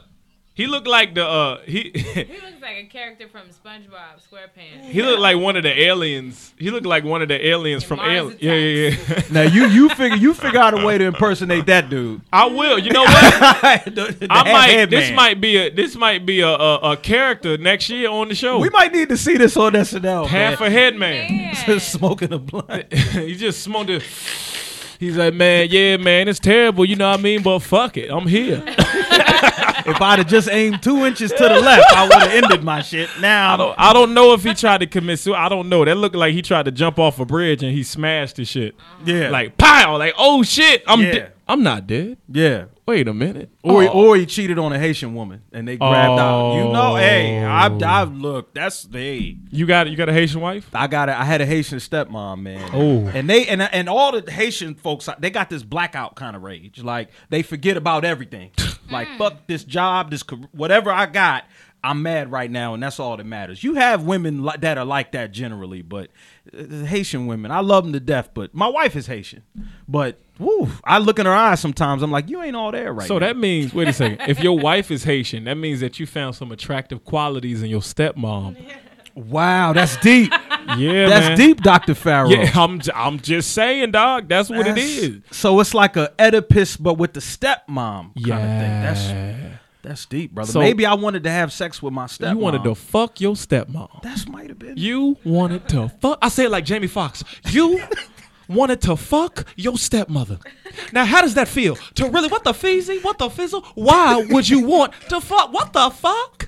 he looked like the uh he He looks like a character from SpongeBob SquarePants. he looked like one of the aliens. He looked like one of the aliens from Mars Alien. Yeah, yeah, yeah. Now you you figure you figure out a way to impersonate that dude. I will. You know what? The- the I might. headband. This might be a this might be a, a a character next year on the show. We might need to see this on SNL. Half a head man. Yeah. smoking a blunt. he just smoked it. He's like, man, yeah, man, it's terrible. You know what I mean? But fuck it, I'm here. If I'd have just aimed two inches to the left, I would have ended my shit. Now I don't, Oh, I don't know if he tried to commit suicide. I don't know. That looked like he tried to jump off a bridge and he smashed his shit. yeah, Like pow, like oh shit, I'm Yeah. de- I'm not dead. yeah. Wait a minute. Or, he, Oh. or he cheated on a Haitian woman and they grabbed out. You know, hey, Oh. I've, I've looked. That's hey. You got you got a Haitian wife? I got a, I had a Haitian stepmom, man. Oh. and they and and all the Haitian folks, they got this blackout kind of rage. Like they forget about everything. like fuck this job, this car- whatever I got. I'm mad right now, and that's all that matters. You have women li- that are like that generally, but uh, the Haitian women, I love them to death. But my wife is Haitian, but woo, I look in her eyes sometimes. I'm like, you ain't all there right So now. that means wait a second. If your wife is Haitian, that means that you found some attractive qualities in your stepmom. wow, that's deep. Yeah, that's man. deep, Doctor Farrow. Yeah, I'm j- I'm just saying, dog. That's what it That's- is. So it's like a Oedipus, but with the stepmom kind of thing. That's Yeah. that's deep, brother. So- Maybe I wanted to have sex with my stepmom. You wanted to fuck your stepmom. That's might have been. You wanted to fuck. I say it like Jamie Foxx. You wanted to fuck your stepmother. Now, how does that feel? To really, what the feezy? What the fizzle? Why would you want to fuck? What the fuck?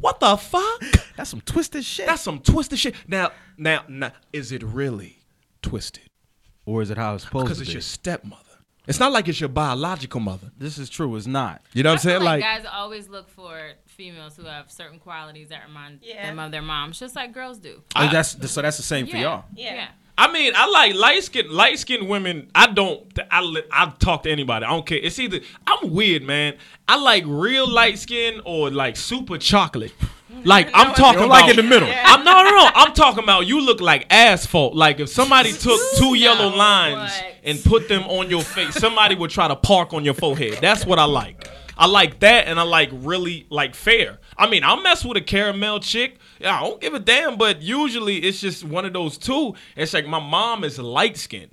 What the fuck? That's some twisted shit. That's some twisted shit. Now, now, now, is it really twisted? or is it how it's supposed Because to it's be? your stepmother. It's not like it's your biological mother. this is true. It's not. You know what I I'm feel saying? like, Like, guys always look for females who have certain qualities that remind Yeah. them of their moms, just like girls do. Oh, that's so. That's the same for y'all. Yeah. I mean, I like light skinned light skinned women. I don't. I li- I talk to anybody. I don't care. It's either I'm weird, man. I like real light skin or like super chocolate. Like I'm talking don't about like in the middle. I'm no, no, no. I'm talking about you look like asphalt. Like if somebody took two yellow lines what? and put them on your face, somebody would try to park on your forehead. That's what I like. I like that, and I like really like fair. I mean, I'll mess with a caramel chick. I don't give a damn, but usually it's just one of those two. It's like my mom is light skinned.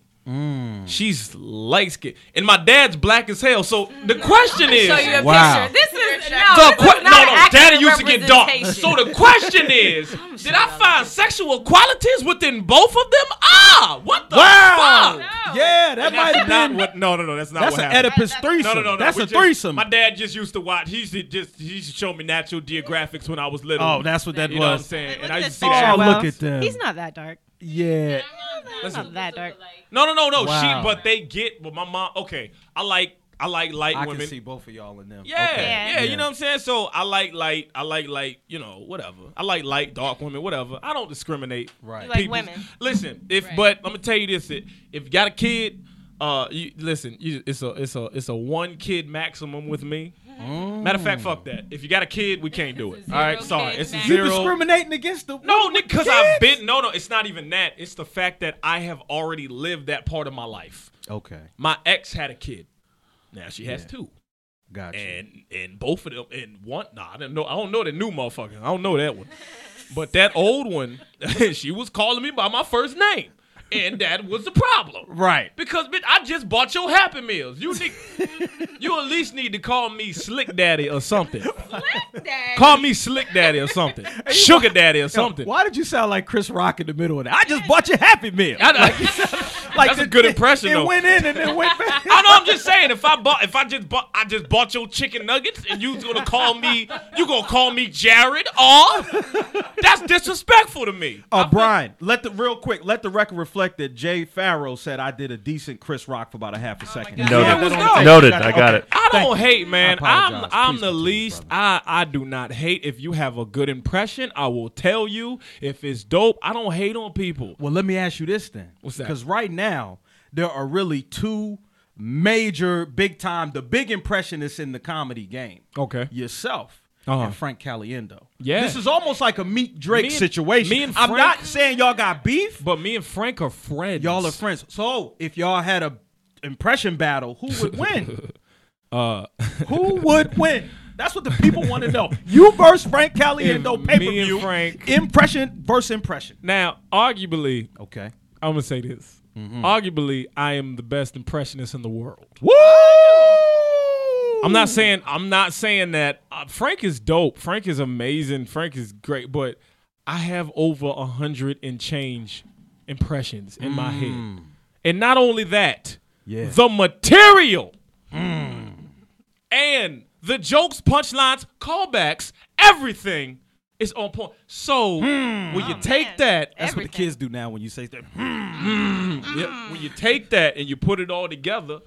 She's light skinned. And my dad's black as hell. So the question is Show you a Wow. picture. This is no, the this que- is no, not an no, accurate daddy used to get dark. representation. So the question is, did I find sexual qualities within both of them? Ah, what the Wow. fuck? No. Yeah, that might have That's not been. what. No, no, no. That's not That's what an happened. Oedipus threesome. No, no, no, no. That's we a just- threesome. my dad just used to watch. He used to just he used to show me Natural Geographics when I was little. oh, that's what that you know what I'm was. saying. Look And I at used to this see that. Oh, picture, look Will. at them. He's not that dark. Yeah. That's not that dark. No, no, no, no. Wow. She, but they get. But my mom. Okay, I like I like light I women. can see both of y'all in them. Yeah, Okay. yeah, Yeah. you know what I'm saying? So I like light, I like light, you know, whatever. I like light, dark women, whatever. I don't discriminate. Right. You like people's- women. Listen, if but I'm gonna tell you this: if you got a kid, uh, you, listen, you, it's a it's a it's a one kid maximum with me. Mm. Matter of fact, fuck that. If you got a kid, we can't do it. a All right, zero sorry. kid It's a max. You zero. discriminating against the No, women with because I've kids? been. No, no, it's not even that. It's the fact that I have already lived that part of my life. Okay, My ex had a kid. Now she has Yeah. two, gotcha. and and both of them, and one. Nah, I don't know. I don't know the new motherfucker. I don't know that one, but that old one, she was calling me by my first name, and that was the problem. right. Because bitch, I just bought your Happy Meals. You need, you at least need to call me Slick Daddy or something. Call me Slick Daddy or something. Sugar Daddy or something. Why did you sound like Chris Rock in the middle of that? I just bought you Happy Meal. I know. Like That's a it- good impression It though. went in and then went back. Uh, I know. I'm just saying. If I bought, if I just bought, I just bought your chicken nuggets, and you gonna call me, you gonna call me Jared? Oh, that's disrespectful to me. Uh, Brian, let the real quick let the record reflect that Jay Farrow said I did a decent Chris Rock for about a Oh half a second. Noted. Yeah, it was Noted. dope. Noted. I got it. I don't hate, man. I I'm apologize. I'm Please the continue, least. I I do not hate. If you have a good impression, I will tell you. If it's dope, I don't hate on people. Well, let me ask you this then. What's that? Because right now there are really two major big time, the big impressionists in the comedy game. Okay. Yourself Uh-huh. and Frank Caliendo. Yeah. This is almost like a Meek Drake Me and- situation. me and I'm Frank- not saying y'all got beef. But me and Frank are friends. Y'all are friends. So if y'all had a impression battle, who would win? Uh, who would win? That's what the people want to know. You versus Frank If Caliendo me pay per view. and Frank- Impression versus impression. now, arguably, Okay. I'm gonna say this. Mm-hmm. Arguably, I am the best impressionist in the world. Woo! I'm not saying I'm not saying that uh, Frank is dope. Frank is amazing. Frank is great, but I have over a hundred and change impressions in my head, and not only that, Yeah. the material Mm. and the jokes, punchlines, callbacks, everything is on point. So when you take that, That's what the kids do now when you say that. yeah, when you take that and you put it all together,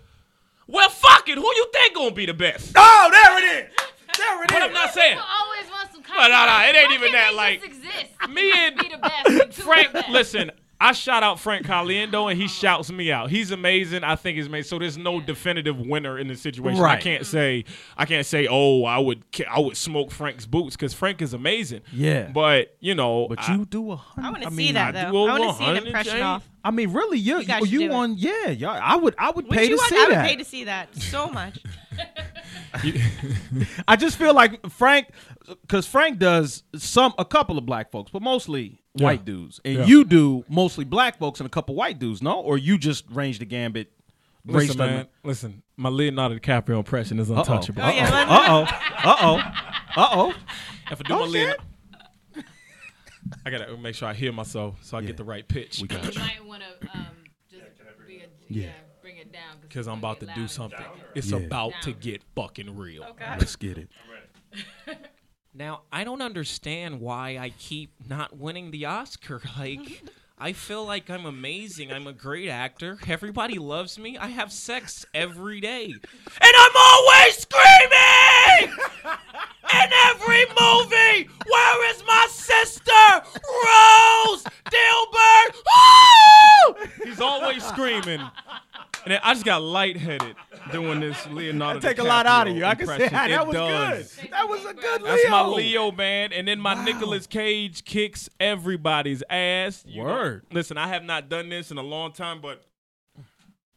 well, fuck it. Who you think gonna be the best? Oh, there it is. There it is. But I'm not saying. People always want some Nah, nah, nah, it ain't Why even can't that, they like, just exist? me and be the best. be two of Frank, the best. listen, I shout out Frank Caliendo and he shouts me out. He's amazing. I think he's amazing. So there's no definitive winner in this situation. I Right. can't say I can't say oh I would ki- I would smoke Frank's boots because Frank is amazing. Yeah. but you know, But I- you do a hundred. I want to see mean, that I though. do I want want to see an 100 impression Jane. off. I mean, really, you oh, You guys you, should do it. on? Yeah, y'all. I would I would pay Would to you want- see I would that. pay to see that so much. I just feel like Frank, because Frank does some a couple of black folks, but mostly Yeah. white dudes, and Yeah. you do mostly black folks and a couple white dudes, no? Or you just range the gambit, race listen, them. man, listen. My Leonardo DiCaprio impression is untouchable. Oh yeah, let- Uh oh, uh oh, uh oh. If I do my Leon- I gotta make sure I hear myself so I get the right pitch You might want to um, just be a, yeah, bring it down because I'm about to do something. It's Yeah. about to get fucking real. Let's get it. Now, I don't understand why I keep not winning the Oscar. Like, I feel like I'm amazing. I'm a great actor. Everybody loves me. I have sex every day. And I'm always screaming! In every movie! Where is my sister? Rose! Dilbert! Woo! He's always screaming. And I just got lightheaded doing this Leonardo. Take a lot out of DiCaprio you. I can say impression. that, It was does. good. That was a good Leo. That's my Leo man, and then my Nicolas Cage kicks everybody's ass. You know, Word. listen, I have not done this in a long time, but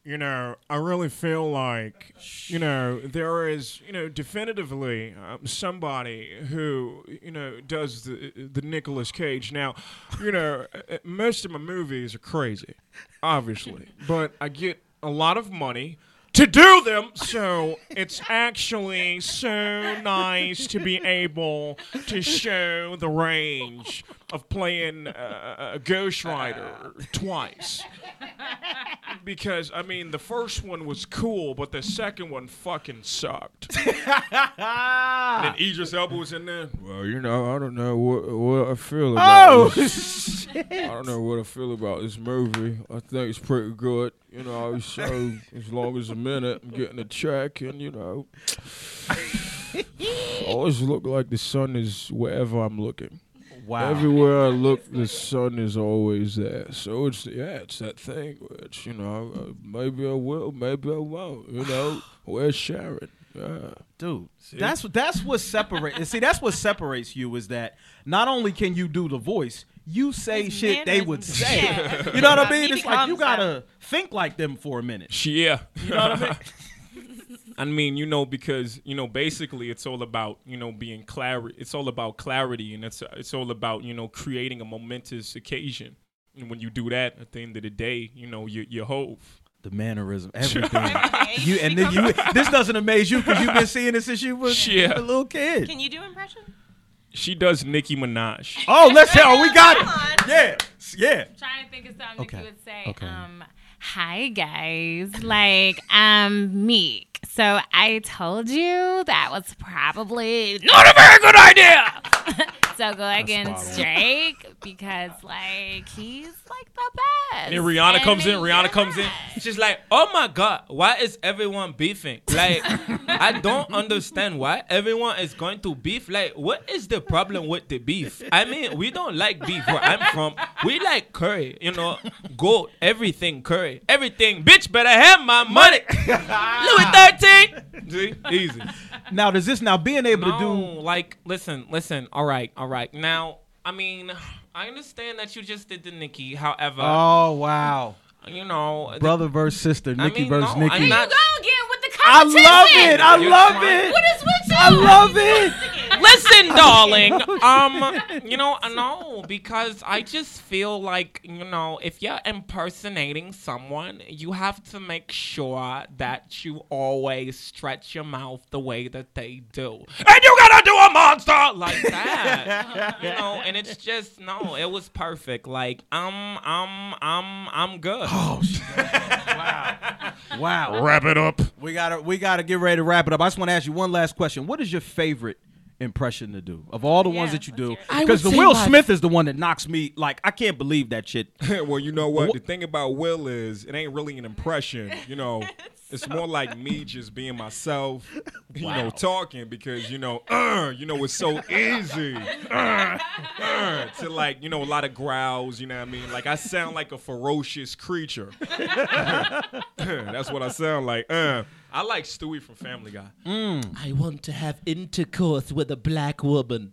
you know, I really feel like you know there is you know definitively um, somebody who you know does the the Nicolas Cage. Now, you know, uh, most of my movies are crazy, obviously, but I get a lot of money. To do them, so it's actually so nice to be able to show the range of playing uh, uh, Ghost Rider twice because I mean the first one was cool, but the second one fucking sucked. and then Idris Elba was in there. Well, you know, I don't know what what I feel about. Oh, this. I don't know what I feel about this movie. I think it's pretty good. You know, I was so as long as a minute, I'm getting a check, and you know, I always look like the sun is wherever I'm looking. wow. Everywhere I look, the sun is always there. So it's yeah, it's that thing which you know uh, maybe I will, maybe I won't. You know, where's Sharon? dude. That's that's what separates. see, that's what separates you is that not only can you do the voice, you say His shit they would mannerisms. say. Yeah. You know what I He mean? It's like you becomes gotta think like them for a minute. Yeah. You know what I mean? I mean, you know, because you know, basically, it's all about you know being clar. It's all about clarity, and it's it's all about you know creating a momentous occasion. And when you do that, at the end of the day, you know you're, you're whole. The mannerism, everything. you and then you. This doesn't amaze you because you've been seeing it since you was Yeah. a little kid. Can you do impression? She does Nicki Minaj. Oh, let's go. We got Come on. it. Yeah, yeah. trying to think of something Okay. that you would say. Okay. Um, hi guys, like um, Meek. So I told you that was probably not a very good idea. so go against Drake because like he's like the best. And then Rihanna comes in. Rihanna comes in. yeah. She's like, oh my god, why is everyone beefing? Like, I don't understand why everyone is going to beef. Like, what is the problem with the beef? I mean, we don't like beef where I'm from. We like curry, you know, goat, everything curry, everything. Bitch, better have my money. Louis 13. See? Easy. Now does this now being able No, to do? like, listen, listen. All right, all right. Now, I mean, I understand that you just did the Nikki. However, Oh wow, you know, the- brother versus sister, I Nikki mean, versus no, Nikki. I'm You not. go again with the I competition. love it. I You're love smart. it. What is with you? I love it. Listen, darling. Um, you know, no, because I just feel like you know, if you're impersonating someone, you have to make sure that you always stretch your mouth the way that they do, and you gotta do a monster like that. you know, and it's just no, it was perfect. Like, um, um, um, I'm good. Oh, Wow. Wrap it up. We gotta we gotta get ready to wrap it up. I just want to ask you one last question. What is your favorite impression to do of all the ones Yeah, that you do? let's Because the Will Smith is the one that knocks me like I can't believe that shit. well, you know what? The thing about Will is it ain't really an impression. You know, it's more like me just being myself. You know, talking because you know, uh, you know, it's so easy uh, uh, to like, you know, a lot of growls. You know what I mean? Like I sound like a ferocious creature. That's what I sound like. Uh. I like Stewie from Family Guy. I want to have intercourse with a black woman.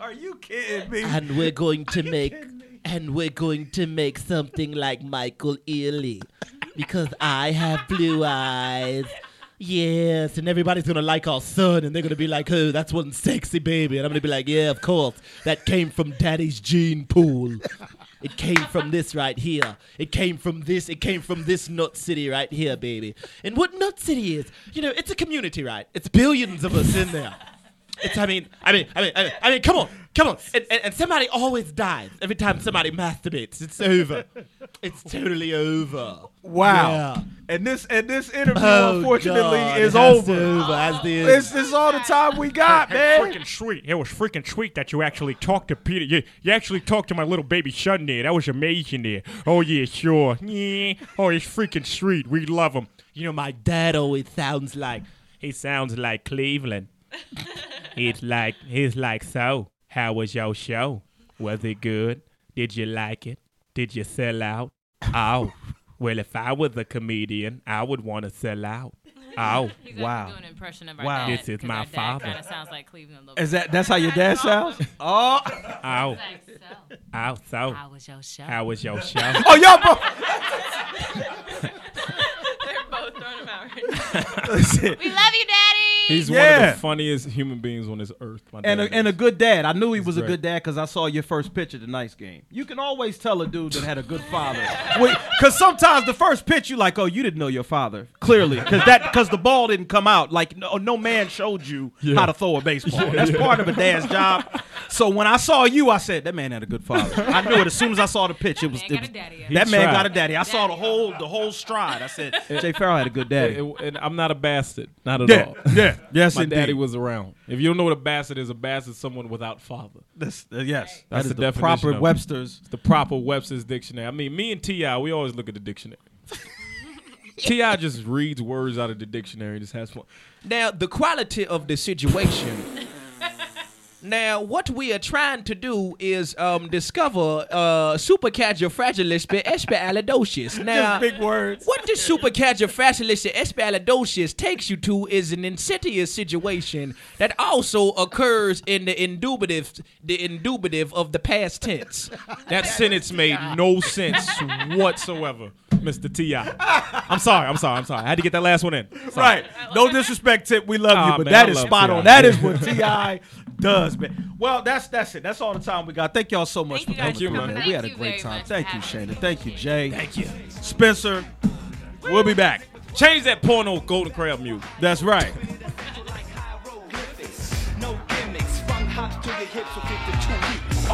Are you kidding me? and we're going to make and we're going to make something like Michael Ealy because I have blue eyes. Yes, and everybody's gonna like our son, and they're gonna be like, "Oh, that's one sexy baby," and I'm gonna be like, "Yeah, of course, that came from Daddy's gene pool. It came from this right here. It came from this. It came from this nut city right here, baby. And what nut city is? You know, it's a community, right? It's billions of us in there." It's, I mean, I mean, I mean, I mean, I mean, come on, come on. And, and, and somebody always dies every time somebody masturbates. It's over. It's totally over. Wow. Yeah. And this and this interview Oh, unfortunately God, is it has over. to over as the- It's this is all the time we got, man. freaking sweet. It was freaking sweet that you actually talked to Peter. You, you actually talked to my little baby son there. That was amazing there. Oh, yeah, sure. Yeah. Oh, it's freaking sweet. We love him. you know, my dad always sounds like He sounds like Cleveland. it's like, it's like so. How was your show? Was it good? Did you like it? Did you sell out? Oh, well, if I was a comedian, I would want to sell out. Oh, He's gonna Wow. Do an impression of our Wow. dad, This is 'cause my our dad father. Kinda sounds like Cleveland a little Is bit. that that's how your dad sounds? Oh, oh, Like, so, oh, so. how was your show? How was your show? oh, y'all both. They're both throwing them out. Listen, we love you, Daddy. He's one Yeah. of the funniest human beings on this earth. My dad and a, and a is. good dad. I knew he was a great. good dad because I saw your first pitch at the Knights game. You can always tell a dude that had a good father, because sometimes the first pitch you like, oh, you didn't know your father clearly, because that because the ball didn't come out. Like no, no man showed you how to throw a baseball. That's part of a dad's job. So when I saw you, I said that man had a good father. I knew it as soon as I saw the pitch. It was, man it got was- a daddy. that man tried. got a daddy. I saw the whole the whole stride. I said Jay Farrell had a good daddy. It- and I'm not a bastard, not at Yeah, all. yeah, yes, my indeed. daddy was around. If you don't know what a bastard is, a bastard is someone without father. That's, uh, yes, That's that is the the definition proper of it. Webster's. It's the proper Webster's dictionary. I mean, me and Ti, we always look at the dictionary. Ti just reads words out of the dictionary. and Just has fun. now the quality of the situation Now, what we are trying to do is um, discover uh, supercalifragilisticexpialidocious. Now, Just big words. what the supercalifragilisticexpialidocious takes you to is an insidious situation that also occurs in the indubitive, the indubitive of the past tense. That sentence made no sense whatsoever, Mr. T.I. I'm sorry, I'm sorry, I'm sorry. I had to get that last one in. Sorry. Right. No disrespect, Tip. We love Nah, you, but man, that I is love spot T.I.. on. That is what Ti does, man. Well, that's that's it. That's all the time we got. Thank y'all so much Thank for you guys coming. for through, coming. We Thank had a you great very time. much Thank for you, having Shayna. me. Thank you, Jay. Thank you. Spencer. We'll be back. Change that porno golden crab music. That's right. like hieroglyphics. No gimmicks, from hop to the hips will kick the two weeks.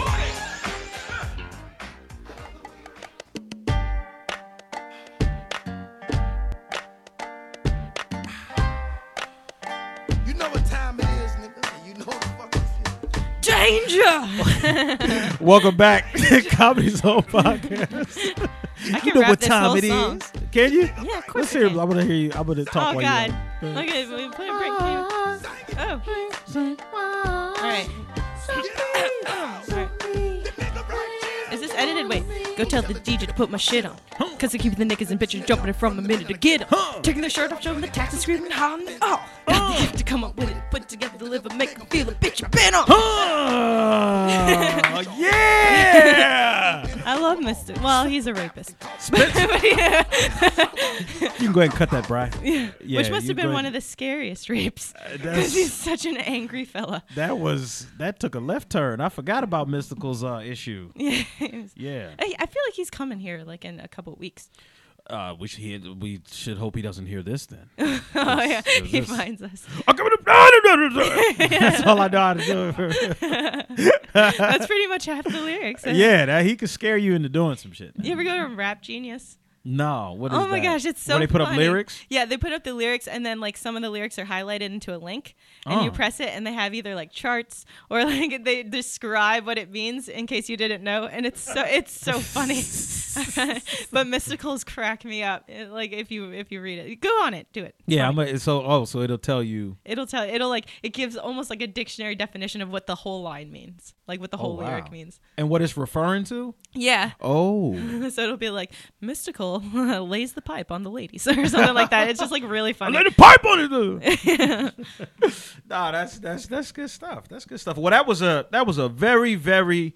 You know what time it is, nigga. You know what the fuck it is. Danger! Welcome back, Comedy Zone podcast. I You can know rap what this time whole it is? song. Can you? Yeah, of course Let's I hear. it. can. I want to hear you. I want to talk. oh while God! You Look at we play a break. too. Oh. All right. All right. Is this edited? Wait. Go tell the DJ to put my shit on. Cause I keep the niggas and bitches jumping it from the minute to get 'em. Taking their shirt off, showing the taxes, screaming, hollering, oh. Got the gift to come up with it, put together, deliver, make 'em feel a bitch you been on. Oh, yeah! I love Mr. Well, he's a rapist. you can go ahead and cut that, Brian. Yeah, Which must you have go been one ahead. of the scariest rapes. that's- Because he's such an angry fella. That was that took a left turn. I forgot about Mystical's uh, issue. Yeah. it was- Yeah, I I feel like he's coming here like in a couple weeks. uh, we should hear, we should hope he doesn't hear this then. Oh yeah, there's he this. finds us. I'm coming up- That's all I know how to do. That's pretty much half the lyrics. yeah, that, he could scare you into doing some shit. You ever go to Rap Genius? No, what is Oh my that? gosh, it's so. Where they put up funny. lyrics. Yeah, they put up the lyrics, and then like some of the lyrics are highlighted into a link, and you Oh. press it, and they have either like charts or like they describe what it means in case you didn't know, and it's so it's so funny. but mysticals crack me up. It- like if you if you read it, go on it, do it. Yeah, I'm a, so oh, so it'll tell you. It'll tell. It'll like it gives almost like a dictionary definition of what the whole line means, like what the whole Oh, wow. lyric means. And what it's referring to? Yeah. Oh, So it'll be like mystical lays the pipe on the ladies or something like that. It's just like really funny. a pipe on it. nah, that's that's that's good stuff. That's good stuff. Well, that was a that was a very very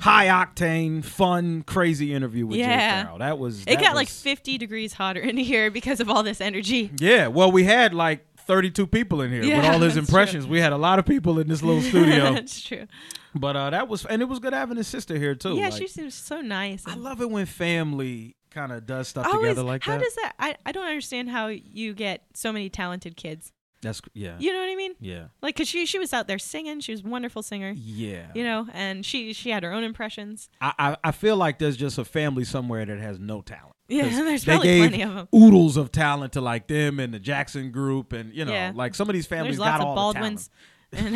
high octane, fun, crazy interview with Yeah. Jay Farrell. That was It that got like was- 50 degrees hotter in here because of all this energy. Yeah, well, we had like 32 people in here with Yeah, all his that's impressions. We had a lot of people in this little studio. That's true. but uh that was and it was good having his sister here too. Oh, yeah, Like, she seems so nice. I and love it when family kind of does stuff always- together like how that. does that? I, I don't understand how you get so many talented kids. That's yeah. You know what I mean? yeah. Like, cause she she was out there singing. She was a wonderful singer. Yeah. You know, and she she had her own impressions. I, I I feel like there's just a family somewhere that has no talent. Yeah, 'Cause there's they probably gave plenty of 'em. Oodles of talent to like them and the Jackson group and you know Yeah. like some of these families There's lots got of all Baldwins. And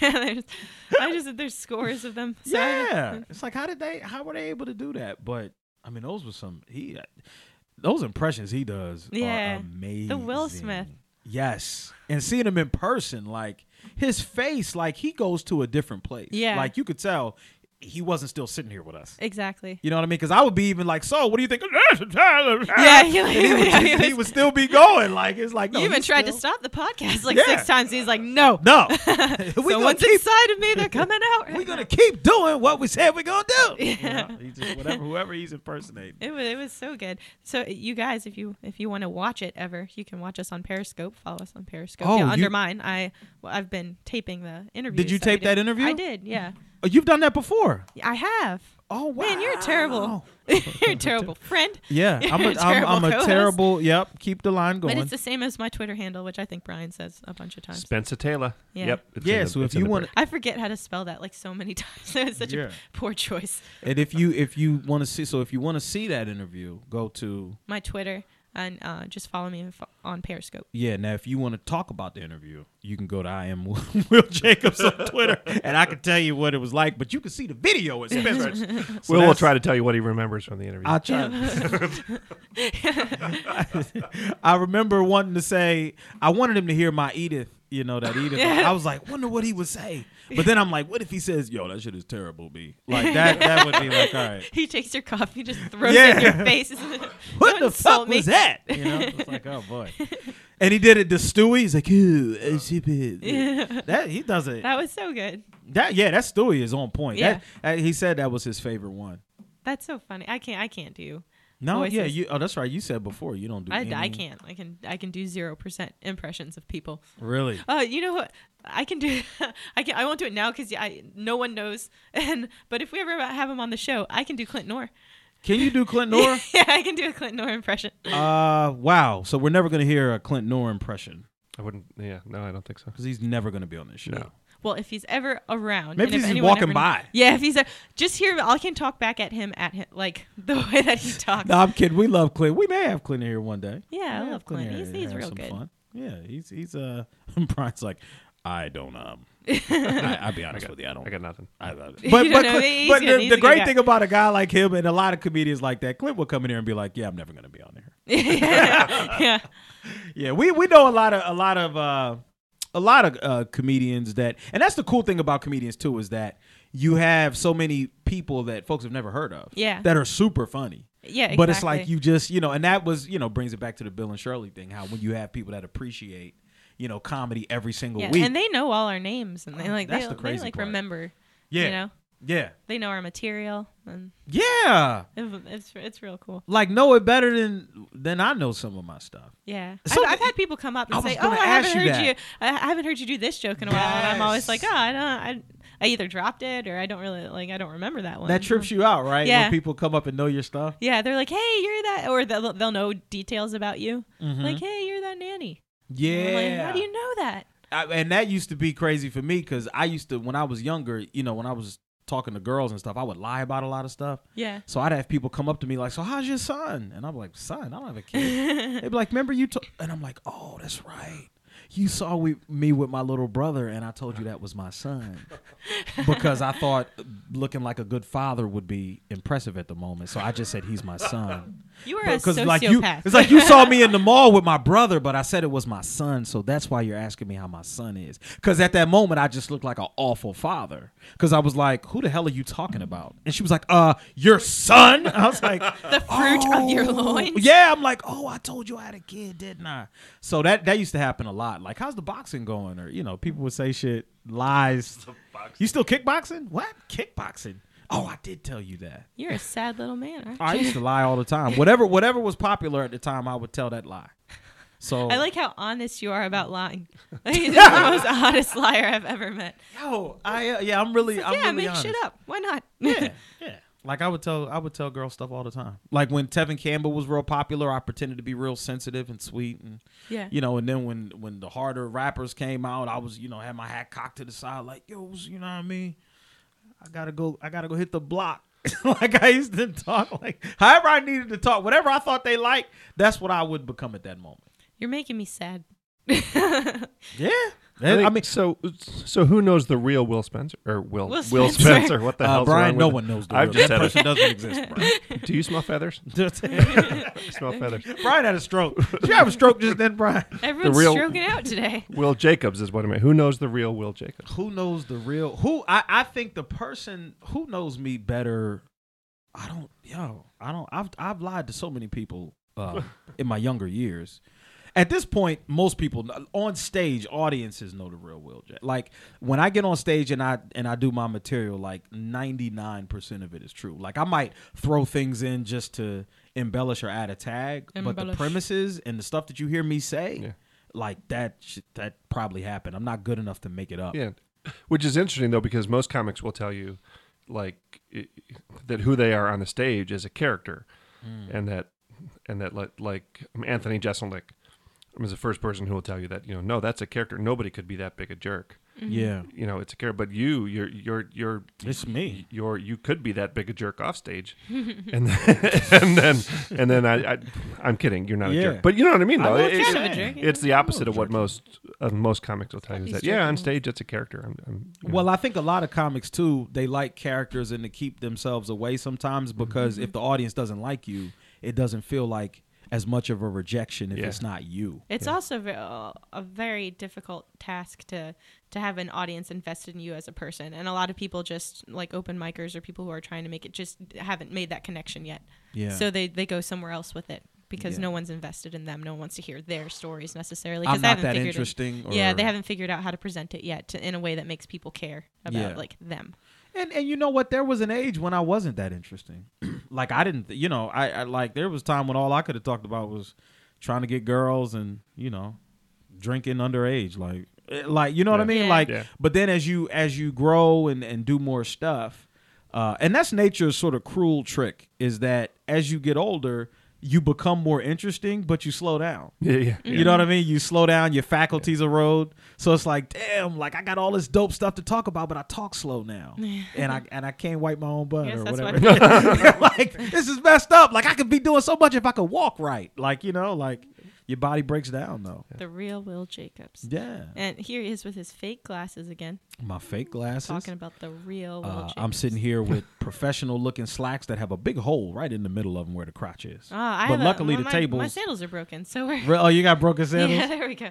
there's, I just there's scores of them. the So I talent. just- Yeah, it's like how did they? How were they able to do that? But I mean, those were some he. uh, Those impressions he does Yeah. are amazing. The Will Smith. Yes, and seeing him in person, like his face, like he goes to a different place. Yeah. like you could tell he wasn't still sitting here with us. Exactly. You know what I mean? Because I would be even like, so what do you think? Yeah, Yeah, he- he, would, he he would still be going. Like it's like no, you even he's tried to still- stop the podcast like Yeah. six times. He's like, no. No, we so gonna once keep inside of me, they're coming out. we gonna keep doing what we said we're gonna do. You Yeah. know, he just whatever whoever he's impersonating. It was, it was so good. So you guys, if you if you want to watch it ever, you can watch us on Periscope. Follow us on Periscope. Oh, yeah, you- under mine, I well, I've been taping the interview. you tape that interview? I did. Yeah, Oh, you've done that before. I have. Oh wow, Man, you're a terrible. you're a terrible friend. Yeah, You're I'm a, a I'm, I'm a terrible terrible. Yep, keep the line But going. it's the same as my Twitter handle, which I think Brian says a bunch of times. Spencer Taylor. Yeah. Yep. it's in yeah, the- so if it's in you the want, book. I forget how to spell that like so many times. It was such Yeah. a poor choice. and if you if you want to see, so if you want to see that interview, go to My Twitter and uh, just follow me on- on Periscope. Yeah, now if you want to talk about the interview, you can go to I am Will, Will Jacobs on Twitter, and I can tell you what it was like. But you can see the video at Spencer's. So Will will that's- try to tell you what he remembers from the interview. I try. I remember wanting to say I wanted him to hear my Edith you know, that Edith. I was like, wonder what he would say. But then I'm like, what if he says, "Yo, that shit is terrible, B." Like that, that would be like, all right. He takes your coffee, just throws it in Yeah. your face. What Don't the fuck insult me. was that? You know, it's like, oh boy. And he did it to Stewie. He's like, ooh, oh, shit, Uh, Yeah. yeah. that he does it. That was so good. That yeah, that Stewie is on point. Yeah. That, that- he said that was his favorite one. That's so funny. I can't. I can't do. No, yeah, voices. you. Oh, that's right. You said before you don't do. I, I any- can't. I can. I can do zero percent impressions of people. Really? Uh, you know what? I can do. I can. I won't do it now because I no one knows. And but if we ever have him on the show, I can do Clint Nor. Can you do Clint Nor? yeah, I can do a Clint Nor impression. uh, wow. So we're never gonna hear a Clint Nor impression I wouldn't. Yeah, no, I don't think so. because he's never gonna be on this show. Well, if he's ever around, Maybe and he's if just anyone walking ever- by. Yeah, if he's a, just here, I can talk back at him at him like the way that he talks. No, I'm kidding. We love Clint. We may have Clint here one day. Yeah, I We may love have Clint. here He's- to he's have real some good. Yeah, he's he's uh. Brian's like, I don't um. I, I'll be honest with you, I don't. I got nothing. I love You it. But, don't but, know, Clint- he's but good, the, he's the a good great guy. thing about a guy like him and a lot of comedians like that, Clint will come in here and be like, "Yeah, I'm never going to be on there." yeah, yeah. Yeah, we we know a lot of a lot of uh, a lot of uh, comedians that, and that's the cool thing about comedians too is that you have so many people that folks have never heard of, Yeah. that are super funny. Yeah, but it's like exactly. you just you know, and that was you know brings it back to the Bill and Shirley thing, how when you have people that appreciate you know comedy every single Yeah, week, Oh, and they know all our names, and they like that's they, the crazy they like part. remember. yeah, you know, yeah, they know our material, and yeah, it- it's it's real cool. like know it better than than I know some of my stuff. Yeah, So- I've, I've had people come up and I was say, "Oh, gonna I ask haven't you heard that. you. I I haven't heard you do this joke in a while." And I'm always like, Yes. "Oh, I don't. I, I either dropped it or I don't really like. I don't remember that one." That trips you out, right? Yeah. When people come up and know your stuff. Yeah, they're like, "Hey, you're that," or they'll, they'll know details about you. Like, "Hey, you're that nanny." Mm-hmm. Yeah. I'm like, how do you know that? I, and that used to be crazy for me because I used to when I was younger, you know, when I was talking to girls and stuff, I would lie about a lot of stuff. Yeah. So I'd have people come up to me like, "So how's your son?" And I'm like, "Son, I don't have a kid." They'd be like, "Remember you?" To-? And I'm like, "Oh, that's right. You saw we, me with my little brother, and I told you that was my son because I thought looking like a good father would be impressive at the moment. So I just said he's my son." You are a Because sociopath. like you, it's like you saw me in the mall with my brother, but I said it was my son, so that's why you're asking me how my son is. Because at that moment, I just looked like an awful father. Because I was like, "Who the hell are you talking about?" And she was like, "Uh, your son." I was like, "Oh." the fruit of your loins. "Yeah." I'm like, "Oh, I told you I had a kid, didn't I?" So that that used to happen a lot. Like, how's the boxing going? Or you know, people would say shit, lies. You still kickboxing? What kickboxing? Oh, I did tell you that. You're a sad little man. Aren't you? I used to lie all the time. Whatever whatever was popular at the time, I would tell that lie. So I like how honest you are about lying. Like, you're the most honest liar I've ever met. yo, I uh, yeah, I'm really, I'm yeah, really make honest. shit up. Why not? Yeah, yeah. Like I would tell, I would tell girls stuff all the time. Like when Tevin Campbell was real popular, I pretended to be real sensitive and sweet, and Yeah. you know. And then when when the harder rappers came out, I was you know had my hat cocked to the side, like yo, what's- you know what I mean? I gotta go, I gotta go hit the block. like I used to talk, like however I needed to talk, whatever I thought they liked, that's what I would become at that moment. You're making me sad. Yeah. I, I mean, mean, so so who knows the real Will Spencer or Will Will Will Spencer. Spencer? What the Uh, hell, Brian, no one knows the I've real- just that said person it. doesn't exist, Do you smell feathers? Brian. I smell feathers. Brian had a stroke. Did you have a stroke just then, Brian? Everyone's real- stroking out today. Will Jacobs is what I mean. Who knows the real Will Jacobs? Who knows the real? Who I I think the person who knows me better. I don't. Yo, I don't. I've I've lied to so many people uh, in my younger years. At this point, most people kn- on stage, audiences know the real Will. Jack. Like when I get on stage and I and I do my material, like ninety nine percent of it is true. Like I might throw things in just to embellish or add a tag, but the Embellish. premises and the stuff that you hear me say, Yeah. like that sh- that probably happened. I'm not good enough to make it up. Yeah, which is interesting though because most comics will tell you like i- that who they are on the stage is a character, Hmm. and that and that like like Anthony Jeselnik is the first person who will tell you that you know no that's a character. Nobody could be that big a jerk. Mm-hmm. Yeah, You know it's a character, but you you're you're you're it's me. you're you could be that big a jerk off stage, and then, and then and then I, I I'm kidding. You're not Yeah. a jerk, but you know what I mean. I Though know what it's, you're saying. it's the opposite of what most of most comics will tell you is He's that yeah, on joking. stage it's a character. I'm, I'm you know. Well, I think a lot of comics too. They like characters and to keep themselves away sometimes because if the audience doesn't like you, it doesn't feel like as much of a rejection if Yeah. it's not you. It's also ve- uh, a very difficult task to to have an audience invested in you as a person, and a lot of people just like open micers or people who are trying to make it just haven't made that connection yet. Yeah. So they they go somewhere else with it because Yeah. no one's invested in them. No one wants to hear their stories necessarily. 'cause I'm they not haven't that figured it- interesting. Or, Yeah, they haven't figured out how to present it yet to, in a way that makes people care about Yeah. like them. And and you know what? There was an age when I wasn't that interesting. like I didn't, you know, I, I like there was time when all I could have talked about was trying to get girls and you know, drinking underage. Like, eh, like you know what I Yeah. mean? Yeah. Like, Yeah. but then as you as you grow and and do more stuff, uh, and that's nature's sort of cruel trick is that as you get older. You become more interesting, but you slow down. Yeah, yeah. You know what I mean? You slow down, your faculties erode. So it's like, damn, like I got all this dope stuff to talk about, but I talk slow now. and I and I can't wipe my own butt Yes, or that's whatever. what like this is messed up. Like I could be doing so much if I could walk right. Like, you know, like your body breaks down though. The real Will Jacobs. Yeah. And here he is with his fake glasses again, My fake glasses. talking about the real Will Uh, Jacobs. I'm sitting here with professional looking slacks that have a big hole right in the middle of them where the crotch is. Oh, I but have a- luckily my- the my, tables. My sandals are broken, so we're Re- oh, you got broken sandals. Yeah, there we go.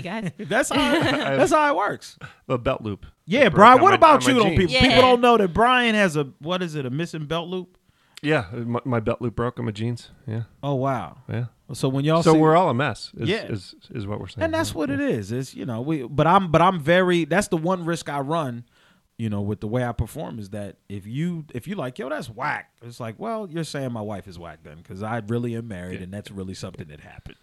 guys. That's how that's how it works. The belt loop. Yeah, That broke Brian. on What my- about on you? my Don't jeans. people, Yeah. people don't know that Brian has a what is it? A missing belt loop? Yeah, my, my belt loop broke on my jeans. Yeah, Oh wow! yeah. So when y'all so see, we're all a mess. Is, Yeah. is is what we're saying. and that's Yeah. what it Mm-hmm. is. It's you know we but I'm but I'm very that's the one risk I run. You know, with the way I perform is that if you if you like yo that's whack, it's like well you're saying my wife is whack then because I really am married and that's really something that happened.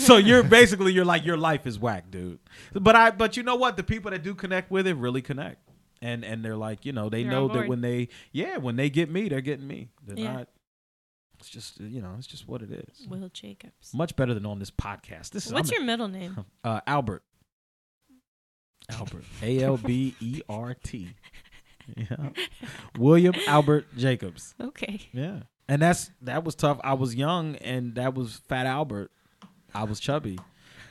so you're basically you're like your life is whack, dude. But I but you know what the people that do connect with it really connect. And, and they're like you know they They're on know that board. when they yeah when they get me they're getting me they're Yeah. not it's just you know it's just what it is Will Jacobs. much better than on this podcast this is What's I'm- your middle name? uh, Albert. Albert. A L B E R T. Yeah. William Albert Jacobs. Okay. Yeah. And that's that was tough. I was young and that was Fat Albert. I was chubby.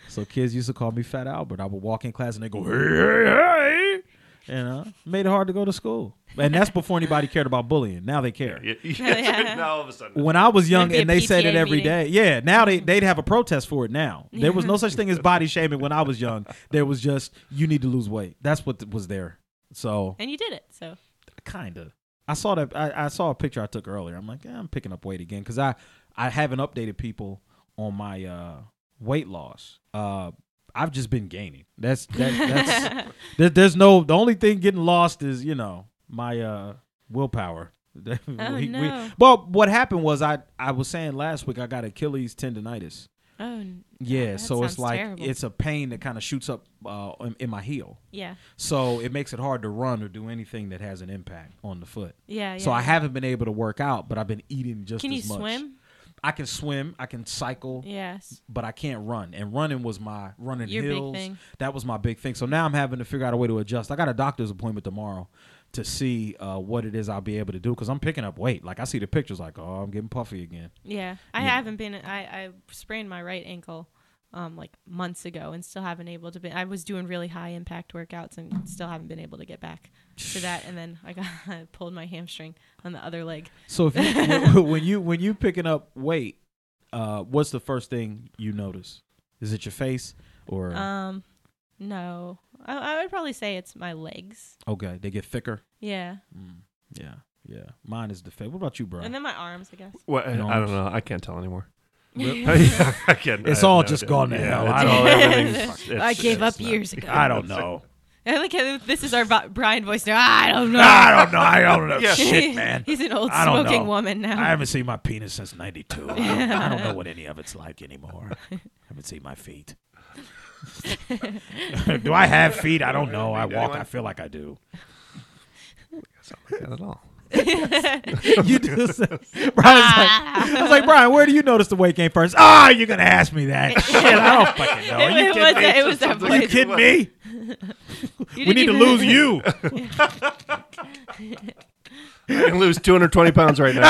So kids used to call me Fat Albert. I would walk in class and they go, hey, hey, hey. You know, made it hard to go to school. And that's before anybody cared about bullying. Now they care. Yeah, Yeah. now all of a sudden. When I was young be a and they said it PTA every meeting. day. Yeah, now they, they'd have a protest for it now. There was no such thing as body shaming when I was young. There was just, you need to lose weight. That's what was there. So, And you did it. So kind of. I saw that. I, I saw a picture I took earlier. I'm like, yeah, I'm picking up weight again because I, I haven't updated people on my uh, weight loss. Uh, I've just been gaining. That's that, that's there, there's no the only thing getting lost is you know my uh willpower oh, no. well what happened was i i was saying last week i got achilles tendonitis Oh n- yeah that so it's sounds like terrible. it's a pain that kind of shoots up uh in, in my heel yeah. so it makes it hard to run or do anything that has an impact on the foot Yeah, yeah. so i haven't been able to work out but i've been eating just Can you as much swim? i can swim i can cycle Yes. but I can't run. And running was my running Your big hills. thing. That was my big thing. So now I'm having to figure out a way to adjust. I got a doctor's appointment tomorrow to see uh, what it is I'll be able to do because I'm picking up weight. Like I see the pictures, like oh, I'm getting puffy again. Yeah. I Yeah. haven't been I, I sprained my right ankle um like months ago and still haven't able to be I was doing really high impact workouts and still haven't been able to get back to that and then I got I pulled my hamstring on the other leg. So if you, when, when you when you picking up weight, uh, what's the first thing you notice? Is it your face or Um no. I, I would probably say it's my legs. okay? They get thicker. Yeah. Mm, yeah, yeah. Mine is the face. What about you, bro? And then my arms, I guess. Well, I And I arms. don't know. I can't tell anymore. Yeah. I can't. It's I have all no just idea. gone to Yeah, hell. it's I all- don't- everything's- it's- I gave it's up not- years ago. I don't know. I like how this is our Bo- Brian voice now. I don't know. I don't know. I don't know Yeah. shit, man. He's an old I don't smoking know. woman now. I haven't seen my penis since '92. I, don't, I don't know what any of it's like anymore. I haven't seen my feet. do I have feet? I don't know. I walk. I feel like I do. It's not like that at all. you do. say- Brian's like, I was like, Brian, where do you notice the weight gain first? Ah, you're gonna ask me that. shit, I don't fucking know. Are you it, was kidding that, me? it was that Are you voice. kidding me? You We didn't need to even- lose you. I can lose 220 pounds right now.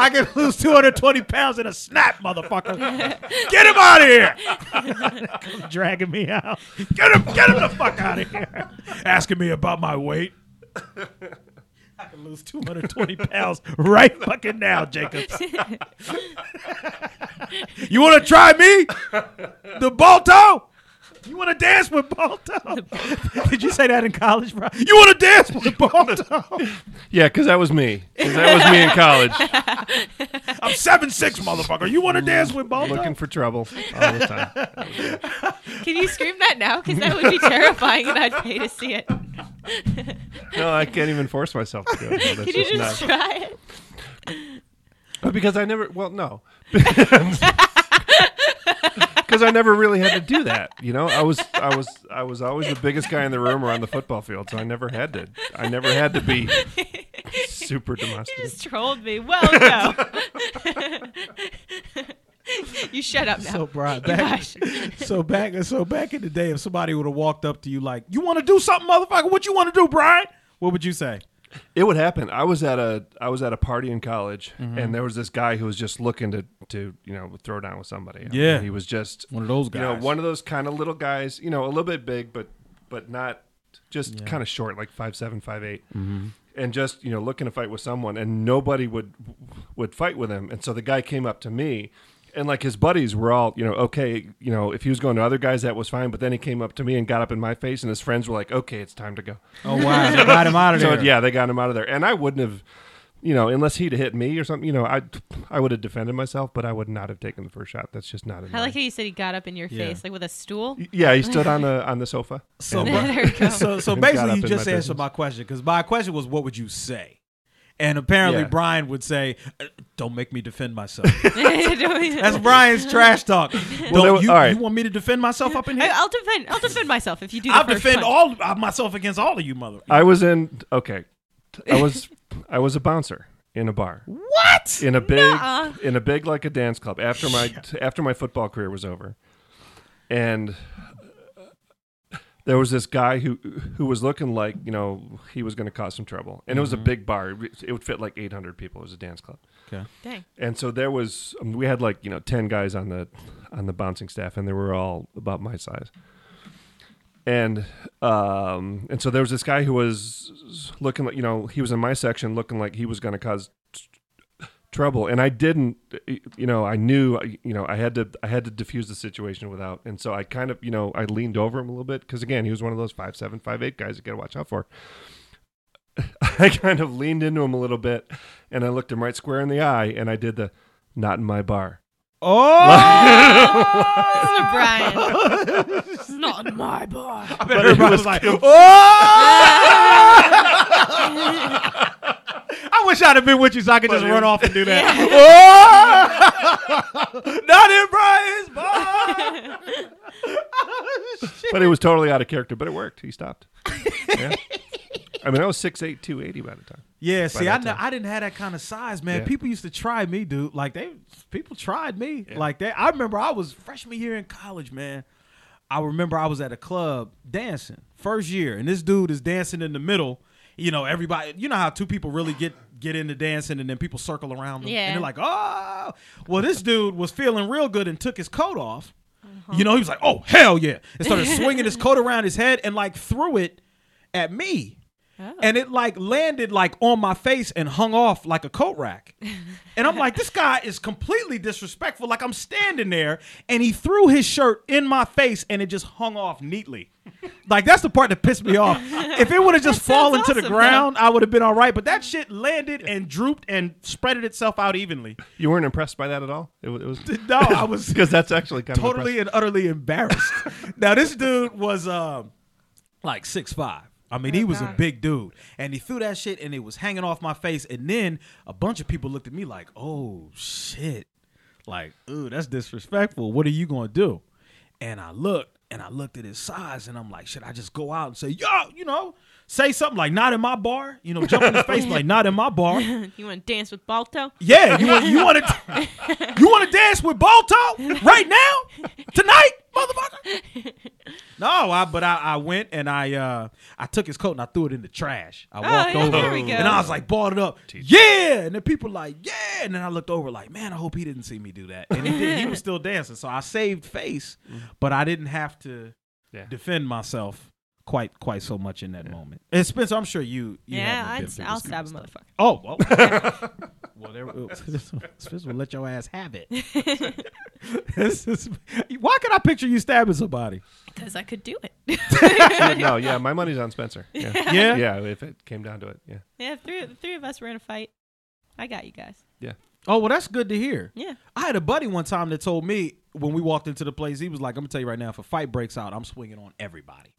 I can lose 220 pounds in a snap, motherfucker. Get him out of here. Come dragging me out. Get him, get him the fuck out of here. Asking me about my weight. I could lose 220 pounds right fucking now, Jacob. you want to try me? The Balto? You want to dance with Balto? Did you say that in college, bro? You want to dance with Balto? Yeah, because that was me. 'Cause that was me in college, I'm seven six, motherfucker. You want to dance with Balto? looking for trouble all the time. Can you scream that now? Because that would be terrifying, and I'd pay to see it. Can No, I can't even force myself to do it. No, that's you just just not- try it? But because I never, well, no. Because I never really had to do that, you know. I was, I was, I was always the biggest guy in the room or on the football field, so I never had to. I never had to be super You demonstrative. just trolled me. Well, no. you shut up now. So Brian, back, so back, so back in the day, if somebody would have walked up to you like, "You want to do something, motherfucker? What you want to do, Brian?" What would you say? It would happen. I was at a, I was at a party in college, Mm-hmm. and there was this guy who was just looking to, to you know, throw down with somebody. I mean, Yeah. he was just One of those you know, guys. one of those kind of little guys, you know, a little bit big, but but not just kind of short, like five seven, five eight, and just you know looking to fight with someone, and nobody would would fight with him, and so the guy came up to me. And like his buddies were all, you know, okay, you know, if he was going to other guys, that was fine. But then he came up to me and got up in my face, and his friends were like, "Okay, it's time to go." Oh wow, they got him out of So there. yeah, they got him out of there, and I wouldn't have, you know, unless he'd hit me or something. You know, I, I would have defended myself, but I would not have taken the first shot. That's just not. In I my- like how you said he got up in your Yeah. face, like with a stool. yeah, he stood on the on the sofa. So, And- There you go. so, so Got basically, up you in just my answered business. my question because my question was, "What would you say?" And apparently, Yeah. Brian would say, "Uh, "Don't make me defend myself." Don't you- That's Brian's trash talk. Don't, there was- you, all right. you want me to defend myself up in I, here? I'll defend. I'll defend myself if you do. The I'll first defend punch. all uh, myself against all of you, mother. I was in okay. I was I was a bouncer in a bar. What? In a big Nuh-uh. in a big like a dance club after my after my football career was over. And uh, there was this guy who who was looking like, you know, he was going to cause some trouble. And it was a big bar. It would fit like 800 people. It was a dance club. Dang. And so there was um, we had like, you know, 10 guys on the on the bouncing staff and they were all about my size. And um and so there was this guy who was looking like, you know, he was in my section looking like he was going to cause trouble and I didn't you know, I knew you know, I had to I had to diffuse the situation without. And so I kind of, you know, I leaned over him a little bit cuz again, he was one of those five seven, five eight guys you got to watch out for. I kind of leaned into him a little bit and I looked him right square in the eye and I did the not in my bar. Mr. Brian. Not my bar. I bet everybody was was like, "Oh!" I wish I'd have been with you so I could just run off and do that. Oh! Not in Brian's bar. But it was totally out of character, but it worked. He stopped. Yeah. I mean, I was 6'8", 280 by the time. Yeah, see, I that kn- time. I didn't have that kind of size, man. Yeah. People used to try me, dude. Like they, people tried me like that. I remember I was freshman year in college, man. I remember I was at a club dancing first year, and this dude is dancing in the middle. You know, everybody. You know how two people really get get into dancing, and then people circle around them, Yeah. and they're like, "Oh, well." This dude was feeling real good and took his coat off. Uh-huh. You know, he was like, "Oh hell yeah!" and started swinging his coat around his head and like threw it at me. Oh. And it like landed like on my face and hung off like a coat rack. And I'm like, this guy is completely disrespectful. Like I'm standing there and he threw his shirt in my face and it just hung off neatly. Like that's the part that pissed me off. If it would have just fallen to the awesome, though. ground, I would have been all right. But that shit landed and drooped and spreaded itself out evenly. You weren't impressed by that at all? It, wa- it was No, I was because that's actually kind of totally impressive. and utterly embarrassed. now this dude was um like six five. I mean, he was a big dude, and he threw that shit, and it was hanging off my face. And then a bunch of people looked at me like, "Oh shit!" Like, "Ooh, that's disrespectful. What are you gonna do?" And I looked, and I looked at his size, and I'm like, "Should I just go out and say, yo, you know, say something like not in my bar, you know, jump in his face like not in my bar." You want to dance with Balto? Yeah, you want you want to you want to dance with Balto right now tonight, motherfucker. No, I but I, I went and I uh I took his coat and I threw it in the trash. I walked yeah, over there Oh, we go. and I was like balled it up. Yeah, and the people like yeah, and then I looked over like man, I hope he didn't see me do that. And he did. He was still dancing, so I saved face, but I didn't have to Yeah. defend myself quite quite so much in that moment. And Spencer, I'm sure you. you yeah, haven't been I'd, through I'll this kind stab of a stuff. motherfucker. Oh well. well, there. Spencer will let your ass have it. this is, why can I picture you stabbing somebody? Because I could do it. Shit, no, yeah, my money's on Spencer. Yeah. Yeah. yeah, if it came down to it, yeah. yeah, if three the three of us were in a fight. I got you guys. Oh well, that's good to hear. Yeah. I had a buddy one time that told me when we walked into the place, he was like, "I'm gonna tell you right now, if a fight breaks out, I'm swinging on everybody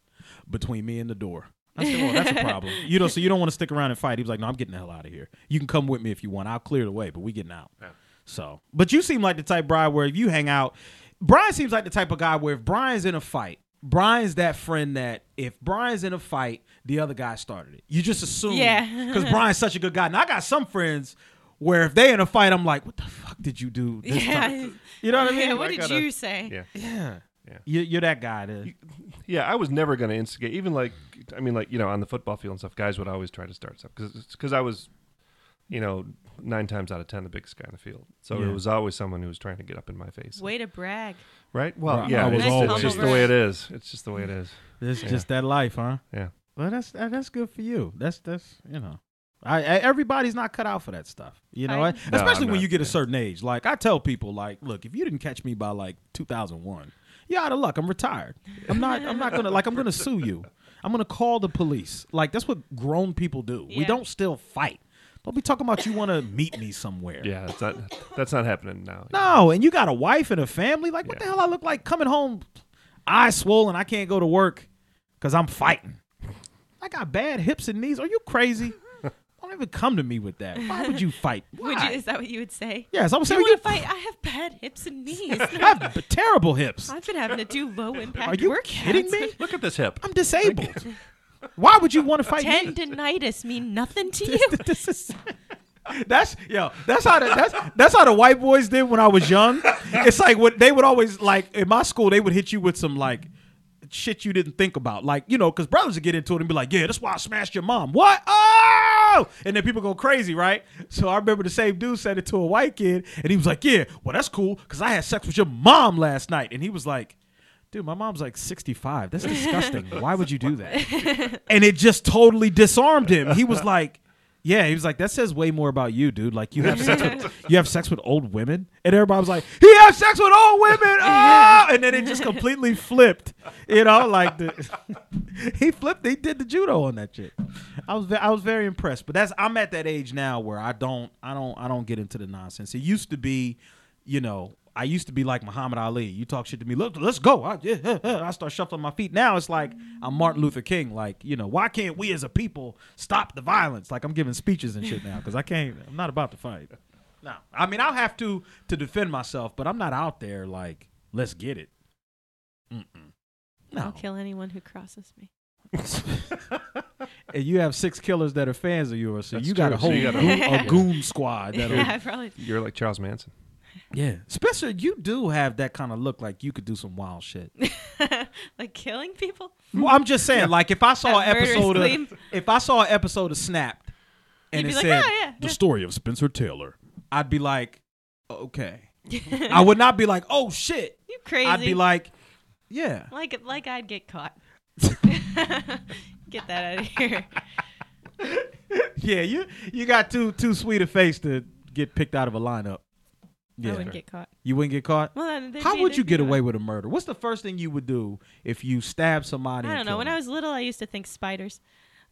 between me and the door." I said, "Well, that's a problem. You know, so you don't want to stick around and fight." He was like, "No, I'm getting the hell out of here. You can come with me if you want. I'll clear the way, but we getting out." So, but you seem like the type, Brian, where if you hang out, Brian seems like the type of guy where if Brian's in a fight, Brian's that friend that if Brian's in a fight, the other guy started it. You just assume, Yeah. because Brian's such a good guy. Now I got some friends where if they in a fight, I'm like, what the fuck did you do? This Yeah. time? you know what I mean? Yeah, what did gotta- you say? Yeah. Yeah. Yeah. You, you're that guy. That, Yeah, I was never going to instigate. Even like, I mean, like you know, on the football field and stuff, guys would always try to start stuff because I was, you know, nine times out of ten the biggest guy in the field. So Yeah. it was always someone who was trying to get up in my face. Way to brag. Right? Well, Right. yeah, I was it's, it's always- just the way it is. It's just the way it is. it's Yeah. just that life, huh? Yeah. Well, that's that, that's good for you. That's that's you know, I, I everybody's not cut out for that stuff. You know, I- I- No, especially I'm when not, you get a yeah. certain age. Like I tell people, like, look, if you didn't catch me by like 2001, you're out of luck. I'm retired. I'm not. I'm not gonna like. I'm gonna sue you. I'm gonna call the police. Like that's what grown people do. We Yeah. don't still fight. Don't be talking about you want to meet me somewhere. Yeah, that's not that's not happening now. No, and you got a wife and a family. Like, what Yeah. the hell? I look like coming home, eyes swollen. I can't go to work because I'm fighting. I got bad hips and knees. Are you crazy? Don't even come to me with that. Why would you fight? Would you, Why? is that what you would say? Yes, I'm Do saying you you want to fight? I have bad hips and knees. I have b- terrible hips. I've been having to do low impact Are you workouts. kidding me? Look at this hip. I'm disabled. Why would you want to fight me? Tendinitis mean nothing to you. this is that's yo. That's how the, that's that's how the white boys did when I was young. It's like what they would always like in my school. They would hit you with some like shit you didn't think about, like you know, because brothers would get into it and be like, "Yeah, that's why I smashed your mom." What? Oh! And then people go crazy, right? So I remember the same dude said it to a white kid, and he was like, "Yeah, well that's cool, cause I had sex with your mom last night," and he was like. Dude, my mom's like 65. That's disgusting. Why would you do that? And it just totally disarmed him. He was like, yeah, he was like, that says way more about you, dude. Like you have sex with you have sex with old women, and everybody was like, he has sex with old women, oh! and then it just completely flipped. You know, like the, he flipped. He did the judo on that shit. I was ve- I was very impressed. But that's I'm at that age now where I don't I don't I don't get into the nonsense. It used to be, you know. I used to be like Muhammad Ali. You talk shit to me. Look, let's go. I, yeah, yeah, yeah. I start shuffling my feet. Now it's like I'm Martin Luther King. Like, you know, why can't we as a people stop the violence? Like, I'm giving speeches and shit now because I can't. I'm not about to fight. No, I mean I'll have to to defend myself, but I'm not out there like let's get it. Mm-mm. No, I'll kill anyone who crosses me. and you have six killers that are fans of yours, so That's you got true. a whole So you got a- goon, a goon squad. That'll, Yeah, I probably. You're like Charles Manson. yeah, Spencer, you do have that kind of look like you could do some wild shit. like killing people? Well, I'm just saying, like if I saw an That murderous episode gleam. of if I saw an episode of Snapped, and You'd it be said like, "Oh, yeah, the yeah." story of Spencer Taylor, I'd be like, okay. I would not be like, oh shit. You crazy. I'd be like, yeah. like, like I'd get caught. get that out of here. Yeah, you you got too too sweet a face to get picked out of a lineup. I Yeah, wouldn't get caught. you wouldn't get caught. Well, uh, then they'd How be- would they'd you be get caught. away with a murder? What's the first thing you would do if you stab somebody? I and don't know. kill When them? I was little, I used to think spiders.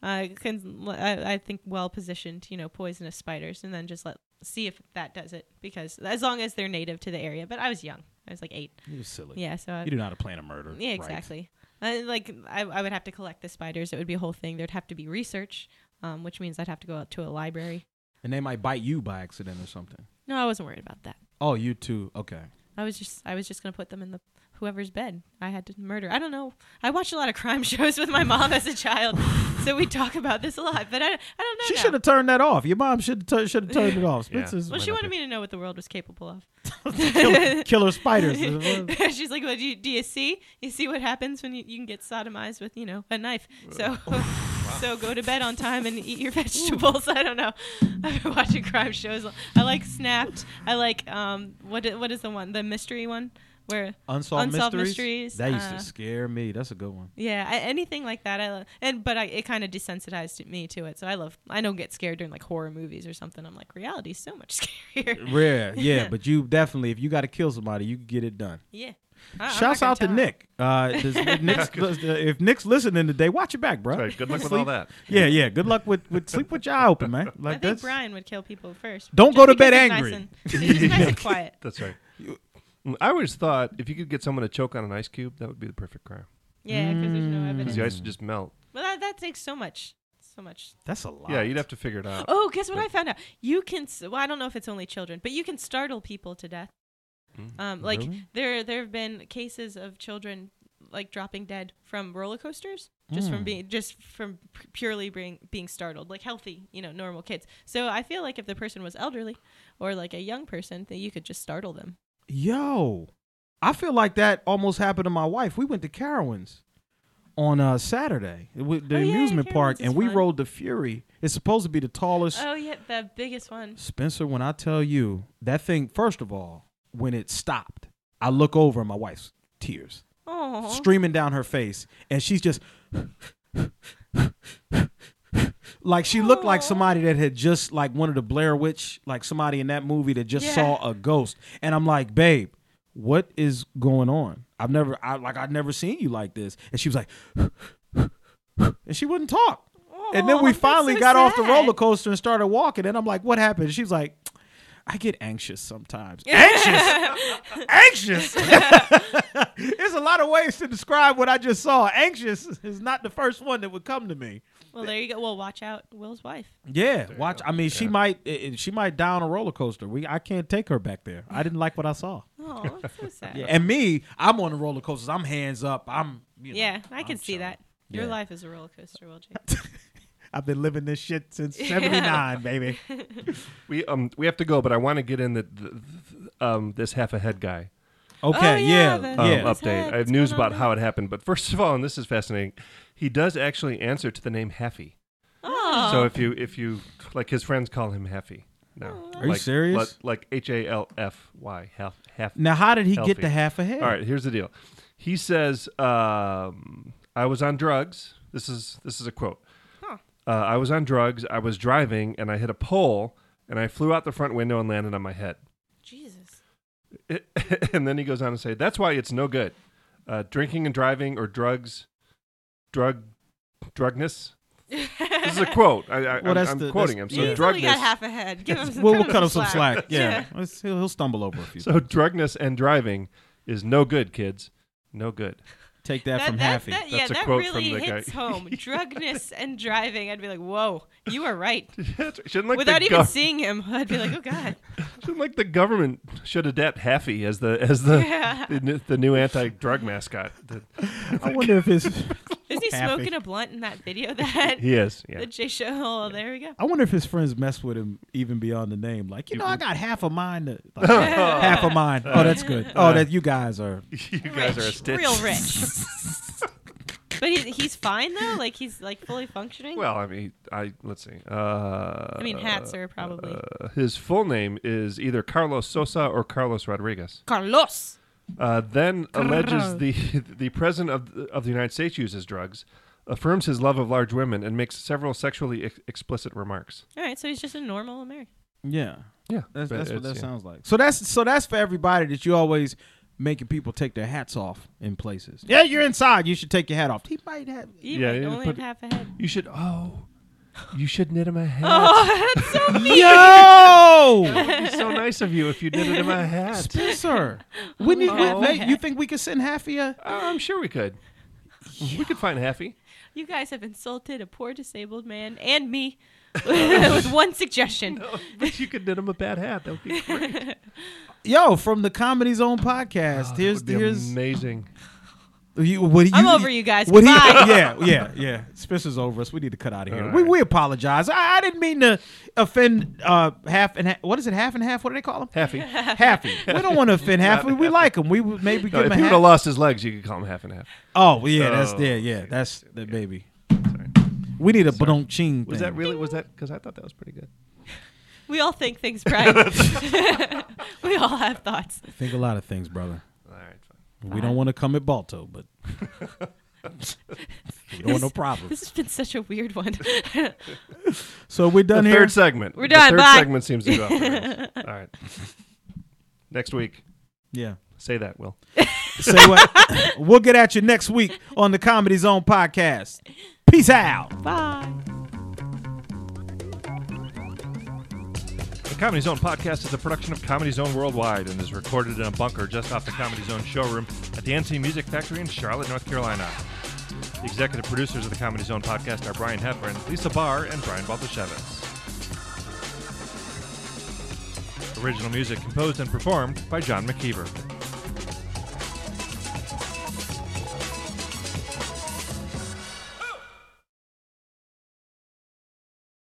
Uh, 'cause I, I think well positioned, you know, poisonous spiders, and then just let see if that does it because as long as they're native to the area. But I was young. I was like eight. you were silly. Yeah, so I, You do not plan a murder. Yeah, right? exactly. I, like I, I would have to collect the spiders. It would be a whole thing. There'd have to be research, um, which means I'd have to go out to a library. And they might bite you by accident or something. No, I wasn't worried about that. Oh, you too. Okay. I was just I was just gonna put them in the whoever's bed. I had to murder. I don't know. I watched a lot of crime shows with my mom as a child, so we talk about this a lot. But I, I don't know. She now. should have turned that off. Your mom should have should have turned it off. Yeah. Spencer's Well, she Might not wanted be. me to know what the world was capable of. killer, killer spiders. She's like, "Well, do you, do you see? You see what happens when you, you can get sodomized with, you know, a knife? So, so go to bed on time and eat your vegetables. I don't know. I've been watching crime shows. I like Snapped. I like um, what i- what is the one? The mystery one where Unsolved, Unsolved mysteries. Mysteries, That used uh, to scare me. That's a good one. yeah, I, anything like that. I love, and but I, it kind of desensitized me to it. So I love. I don't get scared during like horror movies or something. I'm like, reality's so much scarier. Rare, yeah, but you definitely if you got to kill somebody, you can get it done. yeah. I- I'm Shouts not gonna out to tell. Nick. Uh, does, Nick's, does- uh, if Nick's listening today, watch your back, bro. Right, good luck with all that. Yeah, yeah. Good luck with, with sleep with your eye open, man. I Like think that's Brian would kill people first. Don't just go to because bed he's angry. Nice and, he's nice and quiet. That's right. Mm, I always thought if you could get someone to choke on an ice cube, that would be the perfect crime Yeah, because there's Mm. no evidence. because the ice would just melt. Well, that, that takes so much, so much. that's a lot. Yeah, you'd have to figure it out. Oh, guess what I found out? You can. s- Well, I don't know if it's only children, but you can startle people to death. Mm. Um, like there, there have been cases of children like dropping dead from roller coasters just Mm. from being just from p- purely being being startled, like healthy, you know, normal kids. So I feel like if the person was elderly or like a young person, that you could just startle them. Yo, I feel like that almost happened to my wife. We went to Carowinds on uh, Saturday, It wa- the Oh, yeah, amusement park, Carowinds is and we fun. rode the Fury. It's supposed to be the tallest. Oh yeah, the biggest one. Spencer, when I tell you that thing, first of all, when it stopped, I look over and my wife's tears Oh, streaming down her face, and she's just like she looked like Aw. somebody that had just like one of the Blair Witch, like somebody in that movie that just Yeah. saw a ghost. And I'm like, babe, what is going on? I've never, I like, I've never seen you like this. And she was like, and she wouldn't talk. and then Aw, we Oh, that's finally so got off the sad. roller coaster and started walking. And I'm like, what happened? She's like, I get anxious sometimes. anxious, anxious. There's a lot of ways to describe what I just saw. Anxious is not the first one that would come to me. well there you go. Well, watch out, Will's wife. Yeah, watch. I mean, she might eh, eh, she might die on a roller coaster. We I can't take her back there. I didn't like what I saw. Oh, that's so sad. Yeah, and me, I'm on the roller coasters. I'm hands up. I'm you know, yeah, I can I'm see chilling. that. Your Yeah. life is a roller coaster, Will J. I've been living this shit since '79, baby. We um we have to go, but I want to get in the, the, the um this half a head guy. Okay, yeah, Oh, yeah, yeah. the- um, Yeah. What's update. up? I have What's news going on about how it happened, but first of all, and this is fascinating, he does actually answer to the name Heffy. Oh, So if you if you like his friends call him Heffy now. Are you Like- serious? Like like H A L F Y half half. Now, how did he get Healthy. to half a head? All right, here's the deal. He says, um, "I was on drugs." This is this is a quote. Uh, I was on drugs. I was driving, and I hit a pole, and I flew out the front window and landed on my head. Jesus. It- and then he goes on to say, "That's why it's no good. Uh, drinking and driving, or drugs, drug, drugness." this is a quote. I, I, Well, I'm, that's I'm the- quoting him. that's- So yeah. He's only drugness. got half a head. Give him some, We'll, cut we'll cut him some slack. Yeah, Yeah. Let's- he'll, he'll stumble over a few. so drugness and driving is no good, kids. No good. Take that, from that, Haffy. that- yeah, That's a that quote really from the hits guy. home. Drugness and driving. I'd be like, whoa, you are right. Shouldn't like Without the even gov- seeing him, I'd be like, oh God. Shouldn't like the government should adapt Haffy as the as the Yeah. the, n- the new anti drug mascot. The- I wonder if his Is he Happy. smoking a blunt in that video that he is. the Yeah. J Show? Oh, there we go. I wonder if his friends mess with him even beyond the name. Like, you know, I got half a mind. To, like, half a mind. Oh, that's good. Oh, that you guys are. you guys are a stitch. Real rich. but he, he's fine though? Like he's like fully functioning? Well, I mean, I let's see. Uh, I mean, hats are probably. uh, his full name is either Carlos Sosa or Carlos Rodriguez. Carlos! Uh, then alleges the the president of the, of the United States uses drugs, affirms his love of large women, and makes several sexually ex- explicit remarks. All right, so he's just a normal American. Yeah. Yeah, That's, but that's what it's- that yeah. sounds like. So that's so that's for everybody that you always making people take their hats off in places. Yeah, you're inside. You should take your hat off. He might have. He Yeah, might yeah, only but- have half a head. You should. Oh, you should knit him a hat. Yo, It'd be so nice of you if you knitted him a hat. Spencer, wouldn't you? Oh. Nate, you think we could send half of you? Uh, I'm sure we could. We could find Haffy. You guys have insulted a poor disabled man and me with one suggestion. But you could knit him a bad hat. That would be great. Yo, from the Comedy Zone podcast. here's Ah, would be here's amazing. You, what I'm over you guys. What he, Goodbye. yeah, yeah, yeah. Spencer's over us. We need to cut out of here. All We, right. we apologize. I, I didn't mean to offend uh, half and half. What is it? Half and half? What do they call him? Haffy. Happy. we don't want to offend half. We, we like him. We would maybe No, give him if a he would half. have lost his legs, you could call him half and half. oh, well, yeah, that's Oh, yeah, yeah. That's the baby. We need a badonk ching. Was that really? Was that? Because I thought that was pretty good. We all think things, Brian. we all have thoughts. Think a lot of things, brother. All right, fine. We don't want to come at Balto, but we don't want no This problems. has been such a weird one. So we're The done here. third segment. We're The done, third bye. segment seems to go. off the rails. All right. Next week, yeah. say that, Will. Say what? we'll get at you next week on the Comedy Zone podcast. Peace out. Bye. The Comedy Zone podcast is a production of Comedy Zone Worldwide and is recorded in a bunker just off the Comedy Zone showroom at the NC Music Factory in Charlotte, North Carolina. The executive producers of the Comedy Zone podcast are Brian Heffern, Lisa Barr, and Brian Baltashevitz. Original music composed and performed by John McKeever.